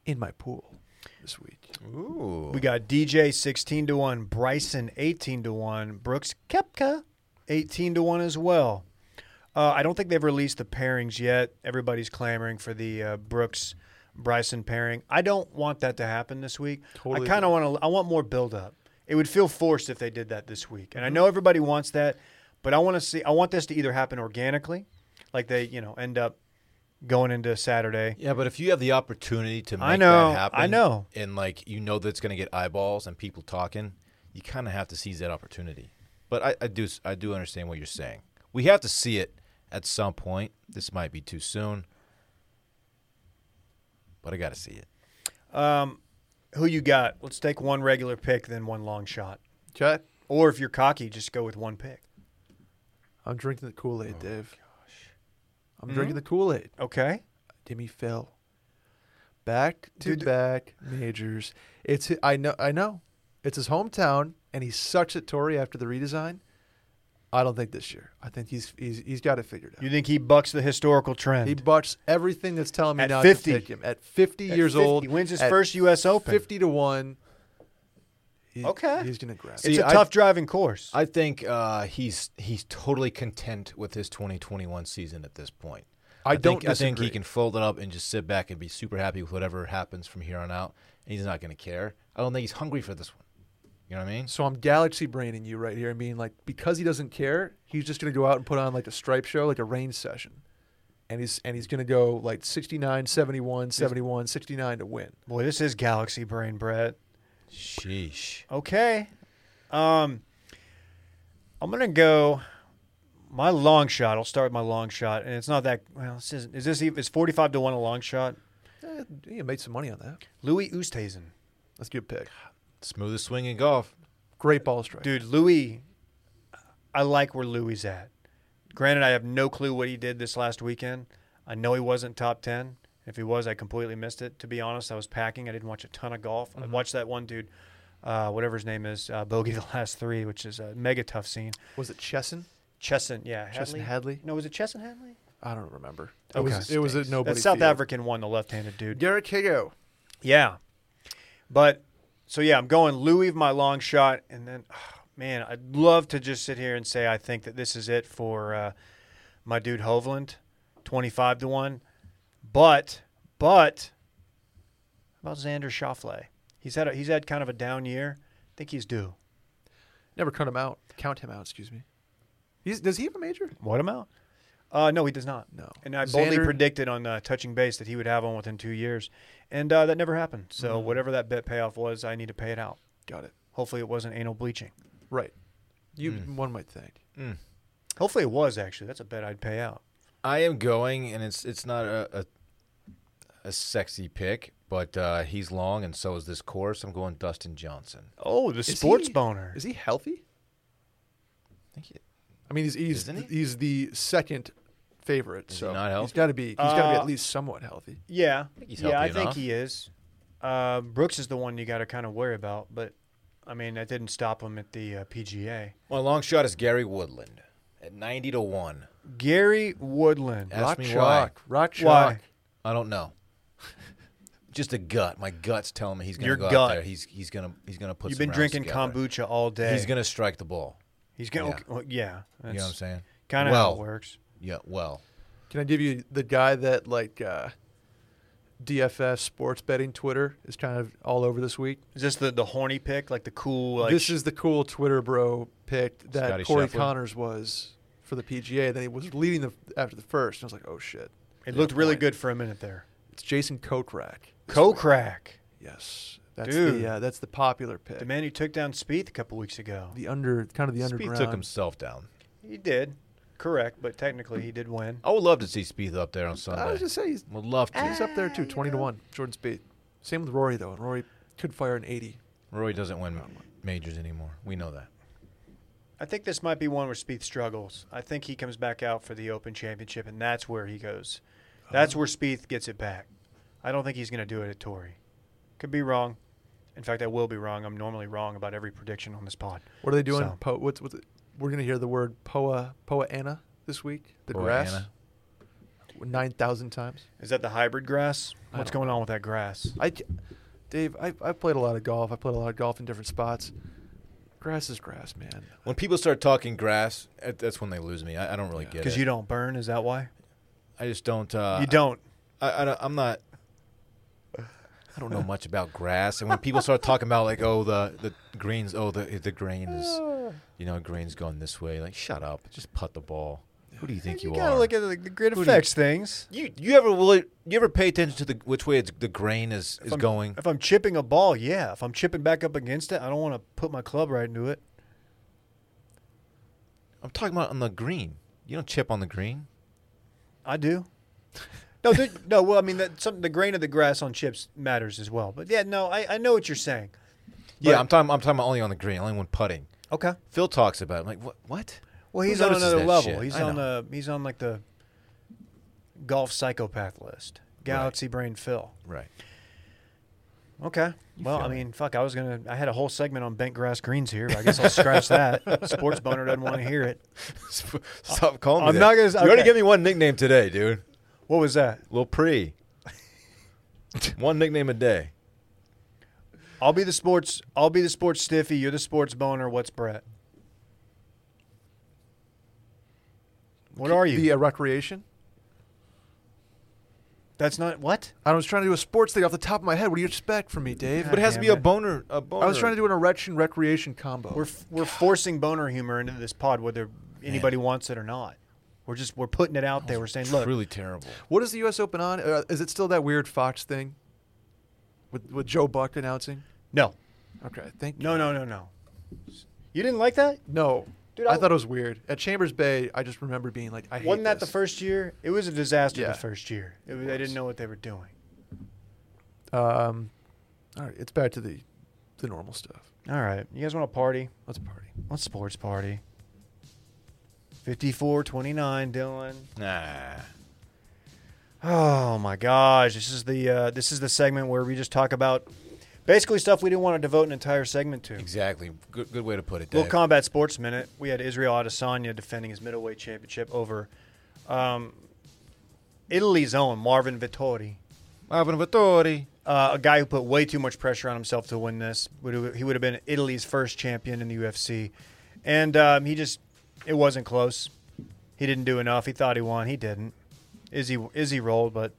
Speaker 3: in my pool this week.
Speaker 4: Ooh.
Speaker 2: We got DJ 16 to 1, Bryson 18 to 1, Brooks Kepka 18 to 1 as well. Uh, I don't think they've released the pairings yet. Everybody's clamoring for the uh, Brooks Bryson pairing. I don't want that to happen this week.
Speaker 3: Totally
Speaker 2: I kind of want to I want more build up. It would feel forced if they did that this week. And I know everybody wants that, but I want to see I want this to either happen organically, like they, you know, end up going into Saturday.
Speaker 4: Yeah, but if you have the opportunity to make
Speaker 2: I know,
Speaker 4: that happen,
Speaker 2: I know.
Speaker 4: and like you know that's going to get eyeballs and people talking, you kind of have to seize that opportunity. But I, I do, I do understand what you're saying. We have to see it at some point. This might be too soon, but I got to see it.
Speaker 2: Um, Who you got? Let's take one regular pick then one long shot.
Speaker 3: Okay,
Speaker 2: Or if you're cocky, just go with one pick.
Speaker 3: I'm drinking the Kool
Speaker 2: Oh,
Speaker 3: Aid, Dave. I'm drinking the Kool Aid.
Speaker 2: Okay.
Speaker 3: Timmy Phil. Back to back majors. It's I know I know. It's his hometown and he sucks at Torrey after the redesign. I don't think this year. I think he's he's he's got it figured out.
Speaker 2: You think he bucks the historical trend?
Speaker 3: He bucks everything that's telling me
Speaker 2: At
Speaker 3: not
Speaker 2: 50.
Speaker 3: to pick him. At 50
Speaker 2: At
Speaker 3: years
Speaker 2: 50,
Speaker 3: old,
Speaker 2: He wins his
Speaker 3: at
Speaker 2: first U.S. Open.
Speaker 3: 50 to 1. he-
Speaker 2: Okay.
Speaker 3: He's going to grab
Speaker 2: it's
Speaker 3: it.
Speaker 2: a
Speaker 4: I-
Speaker 2: tough driving course.
Speaker 4: I think uh, he's he's totally content with his 2021 season at this point.
Speaker 3: I don't
Speaker 4: think, I think he
Speaker 3: disagree.
Speaker 4: can fold it up and just sit back and be super happy with whatever happens from here on out. And he's not going to care. I don't think he's hungry for this one. You know what I mean?
Speaker 3: So I'm galaxy braining you right here and being like, because he doesn't care, he's just gonna go out and put on like a stripe show, like a range session. And he's and he's gonna go like 69, 71, 71, 69 to win.
Speaker 2: Boy, this is galaxy brain, Brett.
Speaker 4: Sheesh.
Speaker 2: Okay. Um, I'm gonna go. My long shot. I'll start with my long shot, and it's not that. Well, this isn't. Is this? even- Is forty-five to one a long shot?
Speaker 3: Eh, you made some money on that.
Speaker 2: Louis Oosthuizen.
Speaker 3: That's a good pick.
Speaker 4: Smoothest swing in golf.
Speaker 3: Great ball strike.
Speaker 2: Dude, Louis, I like where Louis at. Granted, I have no clue what he did this last weekend. I know he wasn't top 10. If he was, I completely missed it. To be honest, I was packing. I didn't watch a ton of golf.
Speaker 3: Mm-hmm.
Speaker 2: I watched that one dude, uh, whatever his name is, uh, Bogey the Last Three, which is a mega tough scene.
Speaker 3: Was it Chesson?
Speaker 2: Chesson, yeah.
Speaker 3: Chesson Hadley?
Speaker 2: No, was it Chesson Hadley?
Speaker 3: I don't remember. It
Speaker 2: Okay.
Speaker 3: was it was a nobody.
Speaker 2: That South
Speaker 3: field.
Speaker 2: African one, the left handed dude.
Speaker 3: Derek Higo.
Speaker 2: Yeah. But so yeah, I'm going Louis my long shot, and then oh, man, I'd love to just sit here and say I think that this is it for uh, my dude Hovland, twenty five to one. But but how about Xander Schauffele, he's had a, he's had kind of a down year. I think he's due.
Speaker 3: Never cut him out. Count him out. Excuse me. He's, does he have a major?
Speaker 2: What amount? Uh, no, he does not.
Speaker 3: No.
Speaker 2: And I boldly
Speaker 3: Xander-
Speaker 2: predicted on uh, touching base that he would have one within two years, and uh, that never happened. So whatever that bet payoff was, I need to pay it out.
Speaker 3: Got it.
Speaker 2: Hopefully, it wasn't anal bleaching.
Speaker 3: Right. You one might think.
Speaker 2: Hopefully it was actually. That's a bet I'd pay out.
Speaker 4: I am going, and it's it's not a a, a sexy pick, but uh, he's long, and so is this course. I'm going Dustin Johnson.
Speaker 2: Oh, the
Speaker 3: Is
Speaker 2: sports
Speaker 3: he-
Speaker 2: boner.
Speaker 3: Is he healthy?
Speaker 4: Thank you.
Speaker 3: I mean, he's he's,
Speaker 4: Isn't he?
Speaker 3: he's the second favorite.
Speaker 4: he
Speaker 3: so
Speaker 4: not
Speaker 3: he's
Speaker 4: healthy?
Speaker 3: got to be. He's got to be
Speaker 2: Uh,
Speaker 3: at least somewhat healthy.
Speaker 2: yeah,
Speaker 4: he's
Speaker 2: yeah, I
Speaker 4: healthy
Speaker 2: think
Speaker 4: enough.
Speaker 2: he is. Uh, Brooks is the one you got to kind of worry about, but I mean that didn't stop him at the uh, PGA.
Speaker 4: My long shot is Gary Woodland at 90 to one.
Speaker 2: Gary Woodland.
Speaker 4: Ask me why.
Speaker 3: chalk. Rock chalk.
Speaker 2: Why?
Speaker 4: I don't know. Just a gut. My gut's telling me he's gonna
Speaker 2: Your
Speaker 4: go
Speaker 2: gut.
Speaker 4: out there. He's he's gonna he's gonna put.
Speaker 2: You've
Speaker 4: some
Speaker 2: been
Speaker 4: rounds
Speaker 2: drinking
Speaker 4: together.
Speaker 2: kombucha all day.
Speaker 4: He's gonna strike the ball.
Speaker 2: He's gonna.
Speaker 4: yeah.
Speaker 2: okay, well, yeah.
Speaker 4: You know what I'm saying?
Speaker 2: Kind of how
Speaker 4: well,
Speaker 2: it works.
Speaker 4: Yeah. Well,
Speaker 3: Can I give you the guy that like uh, DFS sports betting Twitter is kind of all over this week?
Speaker 2: Is this the the horny pick, like the cool? Like,
Speaker 3: this is the cool Twitter bro pick that
Speaker 4: Scotty
Speaker 3: Corey
Speaker 4: Scheffler.
Speaker 3: Connors was for the PGA. Then he was leading the after the first. And I was like, oh shit!
Speaker 2: it looked really good for a minute there.
Speaker 3: It's Jason Kokrak.
Speaker 2: Co crack,
Speaker 3: Yes, that's
Speaker 2: Dude.
Speaker 3: the uh, that's the popular pick.
Speaker 2: the man who took down Spieth a couple weeks ago.
Speaker 3: the under kind of the
Speaker 4: Spieth
Speaker 3: underground.
Speaker 4: took himself down.
Speaker 2: He did, correct, but technically he did win.
Speaker 4: I would love to see Spieth up there on Sunday.
Speaker 3: I was just saying he's,
Speaker 4: would love to.
Speaker 3: he's up there too, twenty to one. Jordan Speed. Same with Rory though, and Rory could fire an eighty.
Speaker 4: Roy doesn't win majors anymore. We know that.
Speaker 2: I think this might be one where Spieth struggles. I think he comes back out for the Open Championship, and that's where he goes. That's
Speaker 3: Oh.
Speaker 2: where Spieth gets it back. I don't think he's going to do it at Torrey. Could be wrong. In fact, I will be wrong. I'm normally wrong about every prediction on this pod.
Speaker 3: What are they doing?
Speaker 2: So-
Speaker 3: Po- what's, what's it- we're gonna hear the word Poa Poa Anna this week? The
Speaker 4: Poa
Speaker 3: grass.
Speaker 4: Anna.
Speaker 3: Nine thousand times.
Speaker 2: Is that the hybrid grass?
Speaker 3: I
Speaker 2: What's
Speaker 3: don't
Speaker 2: going on with that grass?
Speaker 3: I, ca- Dave, I I played a lot of golf. I played a lot of golf in different spots. Grass is grass, man.
Speaker 4: When people start talking grass, uh, that's when they lose me. I, I don't really get it.
Speaker 2: Because you don't burn, is that why?
Speaker 4: I just don't. Uh,
Speaker 2: you don't.
Speaker 4: I, I, don't- I'm not. I don't know much about grass, and when people start talking about like, oh, the the greens, oh, the the grain is, you know, grain's going this way. Like, shut up, just put the ball. Who do you think you,
Speaker 2: gotta
Speaker 4: are?
Speaker 2: look at the, the grid effects things.
Speaker 4: you you ever will you ever pay attention to the which way it's, the grain is is
Speaker 2: I'm-
Speaker 4: going?
Speaker 2: If I'm chipping a ball, yeah. If I'm chipping back up against it, I don't want to put my club right into it.
Speaker 4: I'm talking about on the green. You don't chip on the green.
Speaker 2: I do. No, there, no. Well, I mean, that, some, the grain of the grass on chips matters as well. But yeah, no, I, I know what you're saying.
Speaker 4: Yeah,
Speaker 2: But-
Speaker 4: I'm talking. I'm talking about only on the green, only when putting.
Speaker 2: Okay.
Speaker 4: Phil talks about. It. I'm like, what? What?
Speaker 2: Well,
Speaker 4: Who
Speaker 2: he's on
Speaker 4: notices
Speaker 2: another
Speaker 4: that
Speaker 2: level.
Speaker 4: shit?
Speaker 2: He's
Speaker 4: I
Speaker 2: on
Speaker 4: know.
Speaker 2: the he's on like the golf psychopath list. Galaxy brain Phil.
Speaker 4: right.
Speaker 2: Okay. well,
Speaker 4: feel
Speaker 2: I
Speaker 4: me.
Speaker 2: mean, fuck. I was gonna. I had a whole segment on bent grass greens here. But I guess I'll scratch that. Sports boner doesn't want to hear it.
Speaker 4: Stop calling me.
Speaker 2: I'm
Speaker 4: that.
Speaker 2: not gonna-
Speaker 4: You already
Speaker 2: okay.
Speaker 4: gave me one nickname today, dude.
Speaker 2: What was that?
Speaker 4: Lil Pre. one nickname a day.
Speaker 2: I'll be the sports. I'll be the sports stiffy. You're the sports boner. What's Brett? What are you?
Speaker 3: The uh, recreation.
Speaker 2: That's not what.
Speaker 3: I was trying to do a sports thing off the top of my head. What do you expect from me, Dave?
Speaker 2: God
Speaker 4: But it has to
Speaker 2: damn
Speaker 4: be a
Speaker 2: it.
Speaker 4: boner. A boner.
Speaker 3: I was trying to do an erection recreation combo.
Speaker 2: We're f- we're forcing boner humor into this pod, whether anybody wants it or not. We're just we're putting it out there. We're saying, look,
Speaker 4: Really terrible.
Speaker 3: What is the U.S. Open on? Uh, is it still that weird Fox thing with with Joe Buck announcing?
Speaker 2: no,
Speaker 3: Okay, thank you.
Speaker 2: no, no, no, no. You didn't like that,
Speaker 3: No,
Speaker 2: Dude,
Speaker 3: I thought it was weird. At Chambers Bay, I just remember being like, I hate
Speaker 2: wasn't that
Speaker 3: this.
Speaker 2: the first year? It was a disaster
Speaker 3: Yeah.
Speaker 2: the first year. It was, I didn't know what they were doing.
Speaker 3: Um, all right, it's back to the the normal stuff.
Speaker 2: All right, you guys want to party?
Speaker 3: Let's party.
Speaker 2: Let's sports party. 54-29, Dylan.
Speaker 4: Nah.
Speaker 2: Oh my gosh, this is the uh, this is the segment where we just talk about basically stuff we didn't want to devote an entire segment to.
Speaker 4: Exactly. Good, good way to put it,
Speaker 2: Little
Speaker 4: Dave.
Speaker 2: combat sports minute. We had Israel Adesanya defending his middleweight championship over um, Italy's own Marvin Vittori,
Speaker 4: Marvin Vittori.
Speaker 2: uh, a guy who put way too much pressure on himself to win this. Would- He would have been Italy's first champion in the UFC, and um, he just it wasn't close. He didn't do enough. He thought he won. He didn't. Izzy Izzy rolled, but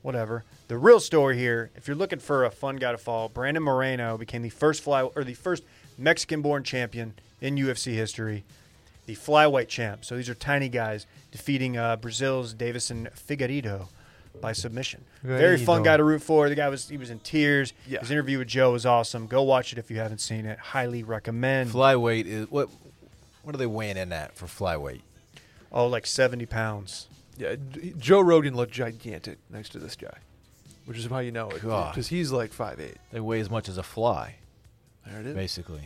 Speaker 2: whatever. The real story here, if you're looking for a fun guy to follow, Brandon Moreno became the first fly or the first Mexican-born champion in UFC history, the flyweight champ. So these are tiny guys defeating uh, Brazil's Davison Figueiredo by submission. Very fun
Speaker 3: Figueiredo.
Speaker 2: guy to root for. The guy was he was in tears.
Speaker 3: Yeah.
Speaker 2: His interview with Joe was awesome. Go watch it if you haven't seen it. Highly recommend.
Speaker 4: Flyweight is what? What are they weighing in at for flyweight?
Speaker 2: oh, like 70 pounds.
Speaker 3: Yeah, d- Joe Rogan looked gigantic next to this guy, which is how you know it
Speaker 4: God.
Speaker 3: because he's like five eight.
Speaker 4: They weigh as much as a fly,
Speaker 3: There it is.
Speaker 4: basically.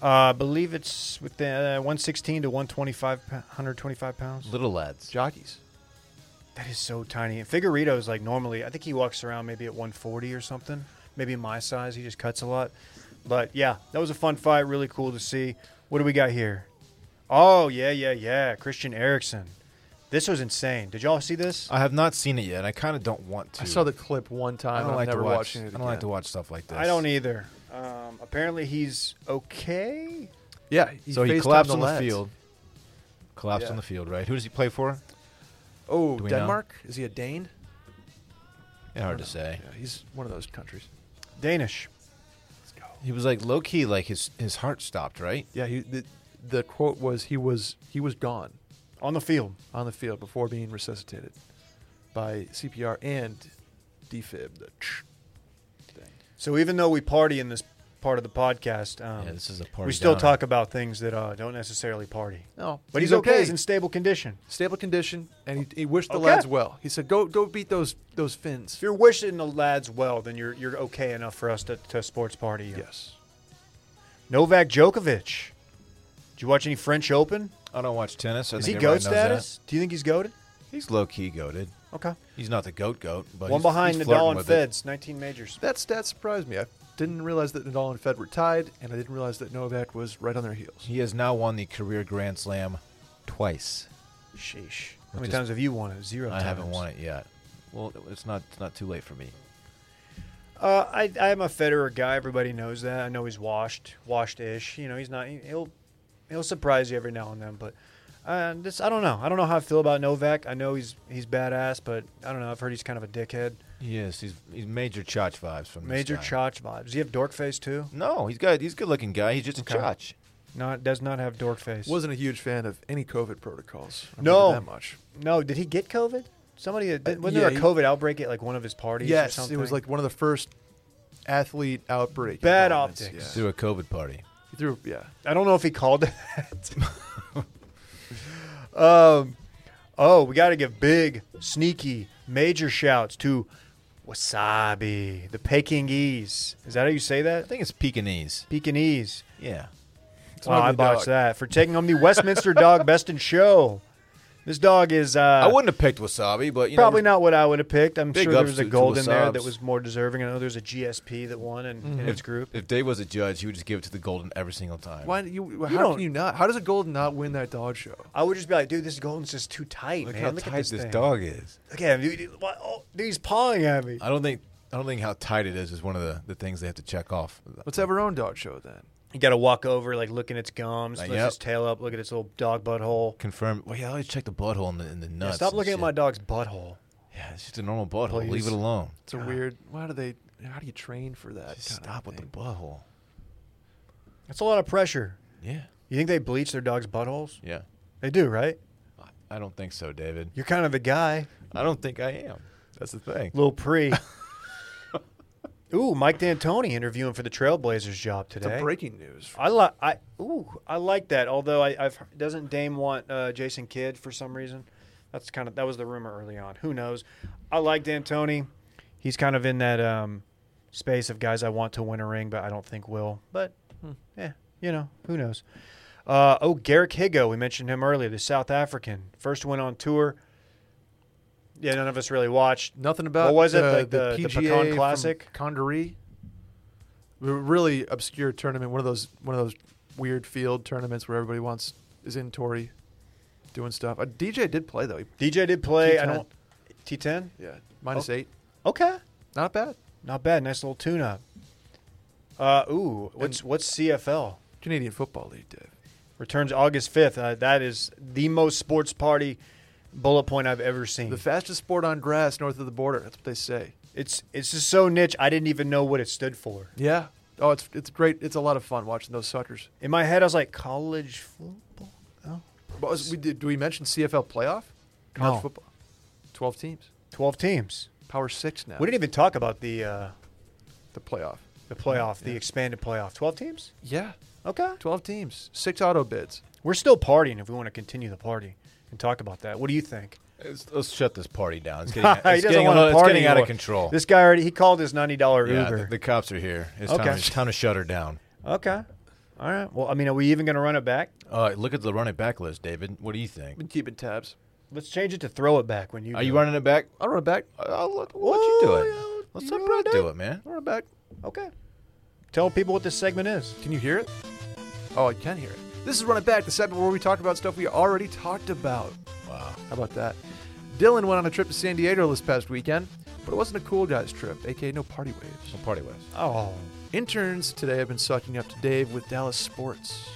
Speaker 2: Uh, I believe it's within uh, 116 to 125, 125 pounds.
Speaker 4: Little lads.
Speaker 3: Jockeys.
Speaker 2: That is so tiny. And Figueredo is like normally, I think he walks around maybe at 140 or something. Maybe my size. He just cuts a lot. But yeah, that was a fun fight. Really cool to see. What do we got here? Oh, yeah, yeah, yeah. Christian Erickson. This was insane. Did y'all see this?
Speaker 4: I have not seen it yet. and I kind of don't want to.
Speaker 3: I saw the clip one time.
Speaker 4: I don't
Speaker 3: and
Speaker 4: like
Speaker 3: I'm
Speaker 4: to
Speaker 3: never
Speaker 4: watch.
Speaker 3: watching it.
Speaker 4: I don't like to
Speaker 3: again.
Speaker 4: watch stuff like this.
Speaker 2: I don't either. Um, apparently he's okay.
Speaker 3: Yeah. He
Speaker 4: so he
Speaker 3: FaceTimed
Speaker 4: collapsed on the
Speaker 3: lads.
Speaker 4: field. Collapsed
Speaker 3: Yeah.
Speaker 4: on the field, right? Who does he play for?
Speaker 3: Oh,
Speaker 4: Do we know?
Speaker 3: Denmark? Is he a Dane?
Speaker 4: Yeah, hard to say.
Speaker 3: Yeah, he's one of those countries.
Speaker 2: Danish.
Speaker 3: Let's go.
Speaker 4: He was like low key, like his his heart stopped, right?
Speaker 3: Yeah. He, the, the quote was he was he was gone
Speaker 2: On the field.
Speaker 3: on the field before being resuscitated by CPR and defib. The tch.
Speaker 2: So even though we party in this part of the podcast, um,
Speaker 4: Yeah, this is a party
Speaker 2: we still
Speaker 4: downer.
Speaker 2: talk about things that uh, don't necessarily party.
Speaker 3: No,
Speaker 2: But he's, okay. He's in stable condition.
Speaker 3: stable condition, and he, he wished the
Speaker 2: Okay.
Speaker 3: lads well. He said, "Go, go beat those those
Speaker 2: If
Speaker 3: Finns."
Speaker 2: you're wishing the lads well, then you're you're okay enough for us to, to sports party. you.
Speaker 3: Yes.
Speaker 2: Novak Djokovic. Did you watch any French Open?
Speaker 4: I don't watch tennis. I
Speaker 2: Is he
Speaker 4: think
Speaker 2: goat
Speaker 4: everybody knows
Speaker 2: status? Do you think he's goated?
Speaker 4: that. He's low key goaded.
Speaker 2: Okay.
Speaker 4: He's not the goat goat, but
Speaker 2: One
Speaker 4: he's-
Speaker 2: behind
Speaker 4: he's flirting
Speaker 2: Nadal and
Speaker 4: with it.
Speaker 2: Feds, 19 majors.
Speaker 3: That stat surprised me. I didn't realize that Nadal and Fed were tied, and I didn't realize that Novak was right on their heels.
Speaker 4: He has now won the career Grand Slam twice.
Speaker 2: Sheesh. How many
Speaker 4: is-
Speaker 2: times have you won it? Zero
Speaker 4: I
Speaker 2: times.
Speaker 4: haven't won it yet. Well, it's not it's not too late for me.
Speaker 2: Uh, I, I'm a Federer guy. Everybody knows that. I know he's washed, washed-ish. You know, he's not. He'll he'll surprise you every now and then. But uh, this, I don't know. I don't know how I feel about Novak. I know he's he's badass, but I don't know. I've heard he's kind of a dickhead.
Speaker 4: Yes, he's he's major chotch vibes from this
Speaker 2: Major
Speaker 4: guy.
Speaker 2: Chotch vibes. Does he have dork face too?
Speaker 4: No, he's got he's a good looking guy. He's just a
Speaker 2: Okay.
Speaker 4: chotch.
Speaker 2: Not does not have dork face.
Speaker 3: Wasn't a huge fan of any COVID protocols. I
Speaker 2: No.
Speaker 3: remember that much.
Speaker 2: no? Did he get COVID? Somebody uh, did, wasn't
Speaker 3: Uh,
Speaker 2: there
Speaker 3: yeah,
Speaker 2: a
Speaker 3: he-
Speaker 2: COVID outbreak at like one of his parties? or
Speaker 3: Yes,
Speaker 2: something?
Speaker 3: it was like one of the first athlete outbreak.
Speaker 2: Bad
Speaker 3: involvements,
Speaker 2: optics.
Speaker 3: Yeah.
Speaker 4: Through a COVID party.
Speaker 3: He threw, yeah.
Speaker 2: I don't know if he called it that. um, oh, we got to give big, sneaky, major shouts to Wasabi, the Pekingese. Is that how you say
Speaker 4: I
Speaker 2: that?
Speaker 4: think it's Pekingese.
Speaker 2: Pekingese.
Speaker 4: Yeah.
Speaker 3: It's an
Speaker 2: Oh, I
Speaker 3: ugly
Speaker 2: botched
Speaker 3: dog.
Speaker 2: that. For taking home the Westminster Dog Best in Show. This dog is. Uh,
Speaker 4: I wouldn't have picked wasabi, but you
Speaker 2: Probably
Speaker 4: know,
Speaker 2: not what I would have picked. I'm
Speaker 4: Big
Speaker 2: sure there
Speaker 4: ups
Speaker 2: was a
Speaker 4: to- to
Speaker 2: gold in there
Speaker 4: Wasabs.
Speaker 2: that was more deserving. I know there's a GSP that won in,
Speaker 4: Mm-hmm.
Speaker 2: in its group.
Speaker 4: If Dave was a judge, he would just give it to the golden every single time.
Speaker 3: Why do you? How
Speaker 2: don't-
Speaker 3: can you not? How does a golden not win that dog show?
Speaker 2: I would just be like, dude, this golden's just too tight,
Speaker 4: Look
Speaker 2: man.
Speaker 4: how
Speaker 2: Look
Speaker 4: tight
Speaker 2: at this,
Speaker 4: this,
Speaker 2: thing.
Speaker 4: dog is.
Speaker 2: Look at him. Dude, Why- oh, dude, he's pawing at me.
Speaker 4: I don't think I don't think how tight it is is one of the, the things they have to check off.
Speaker 3: Let's have our own dog show then.
Speaker 2: You got to walk over, like, look at its gums,
Speaker 4: Like,
Speaker 2: lift
Speaker 4: yep.
Speaker 2: its tail up, look at its little dog butthole.
Speaker 4: Confirm. Well, yeah, I always check the butthole and the, and the nuts.
Speaker 2: Stop
Speaker 4: and
Speaker 2: looking at
Speaker 4: shit.
Speaker 2: my dog's butthole.
Speaker 4: Yeah, it's just a normal butthole.
Speaker 2: Please.
Speaker 4: Leave it alone.
Speaker 3: It's a weird. Why do they? How do you train for that?
Speaker 4: Just
Speaker 3: kind of
Speaker 4: stop with the
Speaker 3: thing?
Speaker 4: butthole.
Speaker 2: That's a lot of pressure.
Speaker 4: Yeah.
Speaker 2: You think they bleach their dogs' buttholes?
Speaker 4: Yeah.
Speaker 2: They do, right?
Speaker 4: I- I don't think so, David.
Speaker 2: You're kind of the guy,
Speaker 4: I don't think I am. That's the thing.
Speaker 2: little pre. Ooh, Mike D'Antoni interviewing for the Trailblazers job
Speaker 3: It's
Speaker 2: today.
Speaker 3: breaking news.
Speaker 2: I like I ooh I like that. Although I, I've heard- doesn't Dame want uh, Jason Kidd for some reason? That's kind of that was the rumor early on. Who knows? I like D'Antoni. He's kind of in that um, space of guys I want to win a ring, but I don't think will. But hmm, yeah, you know who knows. Uh, oh, Garrick Higo, we mentioned him earlier, the South African, first went on tour. Yeah, none of us really watched.
Speaker 3: Nothing about uh,
Speaker 2: What was it?
Speaker 3: the,
Speaker 2: Like the- the
Speaker 3: PGA
Speaker 2: Pecan
Speaker 3: from
Speaker 2: Classic?
Speaker 3: Congaree. A Really obscure tournament. One of those one of those weird field tournaments where everybody wants is in Tory doing stuff. Uh, DJ did play though. He,
Speaker 2: DJ did play. I
Speaker 3: T10.
Speaker 2: don't T10.
Speaker 3: yeah,
Speaker 2: Oh.
Speaker 3: minus eight.
Speaker 2: Okay.
Speaker 3: Not bad.
Speaker 2: Not bad. Nice little tune up. Uh, ooh, what's what's CFL?
Speaker 3: Canadian Football League, Dave.
Speaker 2: Returns August fifth. Uh, that is the most sports party bullet point I've ever seen.
Speaker 3: The fastest sport on grass north of the border. That's what they say.
Speaker 2: it's it's just so niche. I didn't even know what it stood for.
Speaker 3: Yeah. Oh, it's it's great. It's a lot of fun watching those suckers.
Speaker 2: In my head, I was like college football.
Speaker 3: But was, we did, do we mention CFL playoff? College
Speaker 2: No.
Speaker 3: football. Twelve teams.
Speaker 2: Twelve teams.
Speaker 3: Power six now.
Speaker 2: We didn't even talk about the uh,
Speaker 3: the playoff.
Speaker 2: the playoff, the expanded playoff. Twelve teams.
Speaker 3: Yeah.
Speaker 2: Okay.
Speaker 3: Twelve teams. Six auto bids.
Speaker 2: We're still partying if we want to continue the party and talk about that. What do you think?
Speaker 4: Let's, let's shut this party down. It's getting,
Speaker 2: He
Speaker 4: it's
Speaker 2: doesn't
Speaker 4: getting, a
Speaker 2: want
Speaker 4: little-
Speaker 2: to
Speaker 4: it's
Speaker 2: party
Speaker 4: getting out of
Speaker 2: anymore.
Speaker 4: control.
Speaker 2: This guy already he called his ninety dollar
Speaker 4: yeah,
Speaker 2: Uber.
Speaker 4: the, the cops are here. It's
Speaker 2: Okay.
Speaker 4: time, it's time to shut her down.
Speaker 2: Okay. All right. Well, I mean, are we even going to run it back?
Speaker 4: Uh, look at the run it back list, David. What do you think?
Speaker 3: Been keeping tabs.
Speaker 2: Let's change it to throw it back when you.
Speaker 4: Are
Speaker 2: do
Speaker 4: you
Speaker 2: it.
Speaker 4: running it back?
Speaker 3: I'll run it back.
Speaker 4: I'll let, we'll let you do
Speaker 3: Oh,
Speaker 4: it.
Speaker 3: yeah, I'll-
Speaker 4: Let's
Speaker 3: you
Speaker 4: let
Speaker 3: know
Speaker 4: Brett do
Speaker 3: what, Dave?
Speaker 4: it, man.
Speaker 3: I'll run it back.
Speaker 2: Okay. Tell people what this segment is.
Speaker 3: Can you hear it? Oh, I can hear it. This is Run It Back, the segment where we talk about stuff we already talked about. Wow. How about that? Dylan went on a trip to San Diego this past weekend, but it wasn't a cool guy's trip, aka no party waves.
Speaker 4: Party West.
Speaker 2: Oh,
Speaker 3: Interns today have been sucking up to Dave with Dallas sports.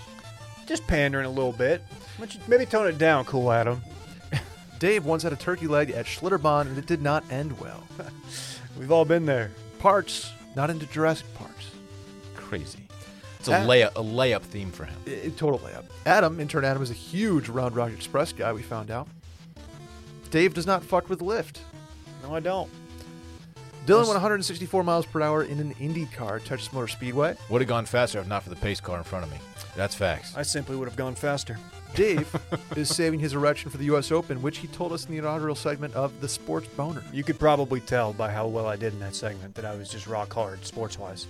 Speaker 2: just pandering a little bit. Why don't you maybe tone it down, cool Adam.
Speaker 3: Dave once had a turkey leg at Schlitterbahn, and it did not end well.
Speaker 2: We've all been there.
Speaker 3: Parts, not into Jurassic Parks.
Speaker 4: Crazy. It's a
Speaker 3: That-
Speaker 4: layup, a layup theme for him.
Speaker 3: I- total layup. Adam, intern Adam, is a huge Round Rock Express guy, we found out. Dave does not fuck with Lyft.
Speaker 2: No, I don't.
Speaker 3: Dylan went 164 miles per hour in an Indy car, at Texas Motor Speedway.
Speaker 4: Would have gone faster if not for the pace car in front of me. That's facts.
Speaker 2: I simply would have gone faster.
Speaker 3: Dave is saving his erection for the U.S. Open, which he told us in the inaugural segment of The Sports Boner.
Speaker 2: You could probably tell by how well I did in that segment that I was just rock hard sports wise.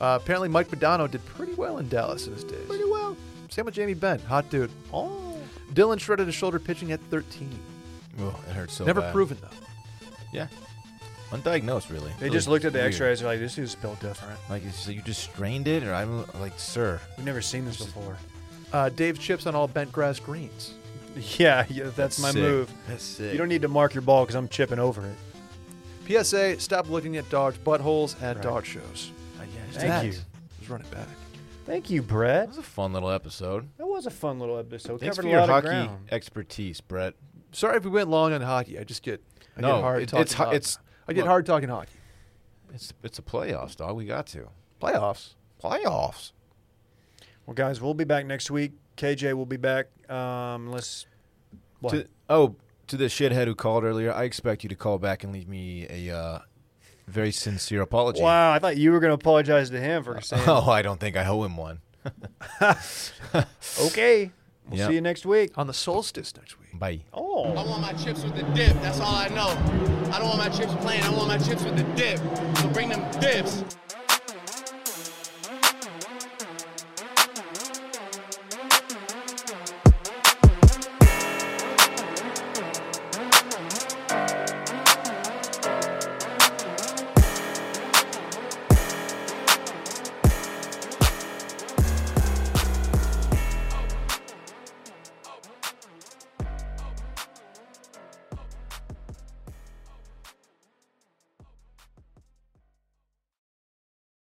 Speaker 3: Uh, apparently, Mike Badano did pretty well in Dallas in his days. Pretty well. Same with Jamie Benn, hot dude.
Speaker 2: Oh.
Speaker 3: Dylan shredded his shoulder pitching at 13.
Speaker 4: Oh, it hurts so
Speaker 3: Never
Speaker 4: bad.
Speaker 3: proven, though.
Speaker 4: Yeah. Undiagnosed, really.
Speaker 2: They just looked at the
Speaker 4: Weird.
Speaker 2: X-rays. They're like, "This dude's built different.
Speaker 4: Like, so you just strained it, or I'm like, sir.
Speaker 2: We've never seen this before."
Speaker 3: Uh, Dave chips on all bent grass greens.
Speaker 2: Yeah, yeah that's, my
Speaker 4: sick.
Speaker 2: move.
Speaker 4: That's sick.
Speaker 2: You don't need to mark your ball because I'm chipping over it.
Speaker 3: PSA, stop looking at dogs' buttholes at dog shows.
Speaker 4: Uh, yeah, it's-
Speaker 2: Thank
Speaker 3: That
Speaker 2: you.
Speaker 3: is Run it back.
Speaker 2: Thank you, Brett.
Speaker 4: That was a fun little episode.
Speaker 2: That was a fun little episode.
Speaker 4: Thanks
Speaker 2: Covered
Speaker 4: for
Speaker 2: a
Speaker 4: your
Speaker 2: lot
Speaker 4: hockey
Speaker 2: of ground.
Speaker 4: expertise, Brett.
Speaker 3: Sorry if we went long on hockey. I just get I
Speaker 4: No,
Speaker 3: get
Speaker 4: it-
Speaker 3: hard
Speaker 4: it's
Speaker 3: talking.
Speaker 4: ho-
Speaker 3: hockey.
Speaker 4: it's-
Speaker 3: I get
Speaker 4: look.
Speaker 3: hard talking hockey.
Speaker 4: It's it's a playoffs, dog. We got to
Speaker 3: Playoffs.
Speaker 4: playoffs.
Speaker 2: Well, guys, we'll be back next week. KJ will be back. Um, unless what?
Speaker 4: To, oh, to the shithead who called earlier, I expect you to call back and leave me a uh, very sincere apology.
Speaker 2: wow, I thought you were going to apologize to him for saying
Speaker 4: Oh, I don't think I owe him one.
Speaker 2: okay. We'll
Speaker 4: Yeah.
Speaker 2: see you next week.
Speaker 3: On the solstice next week.
Speaker 4: Bye.
Speaker 2: Oh,
Speaker 7: I want my chips with the dip. That's all I know. I don't want my chips plain. I want my chips with the dip. So bring them dips.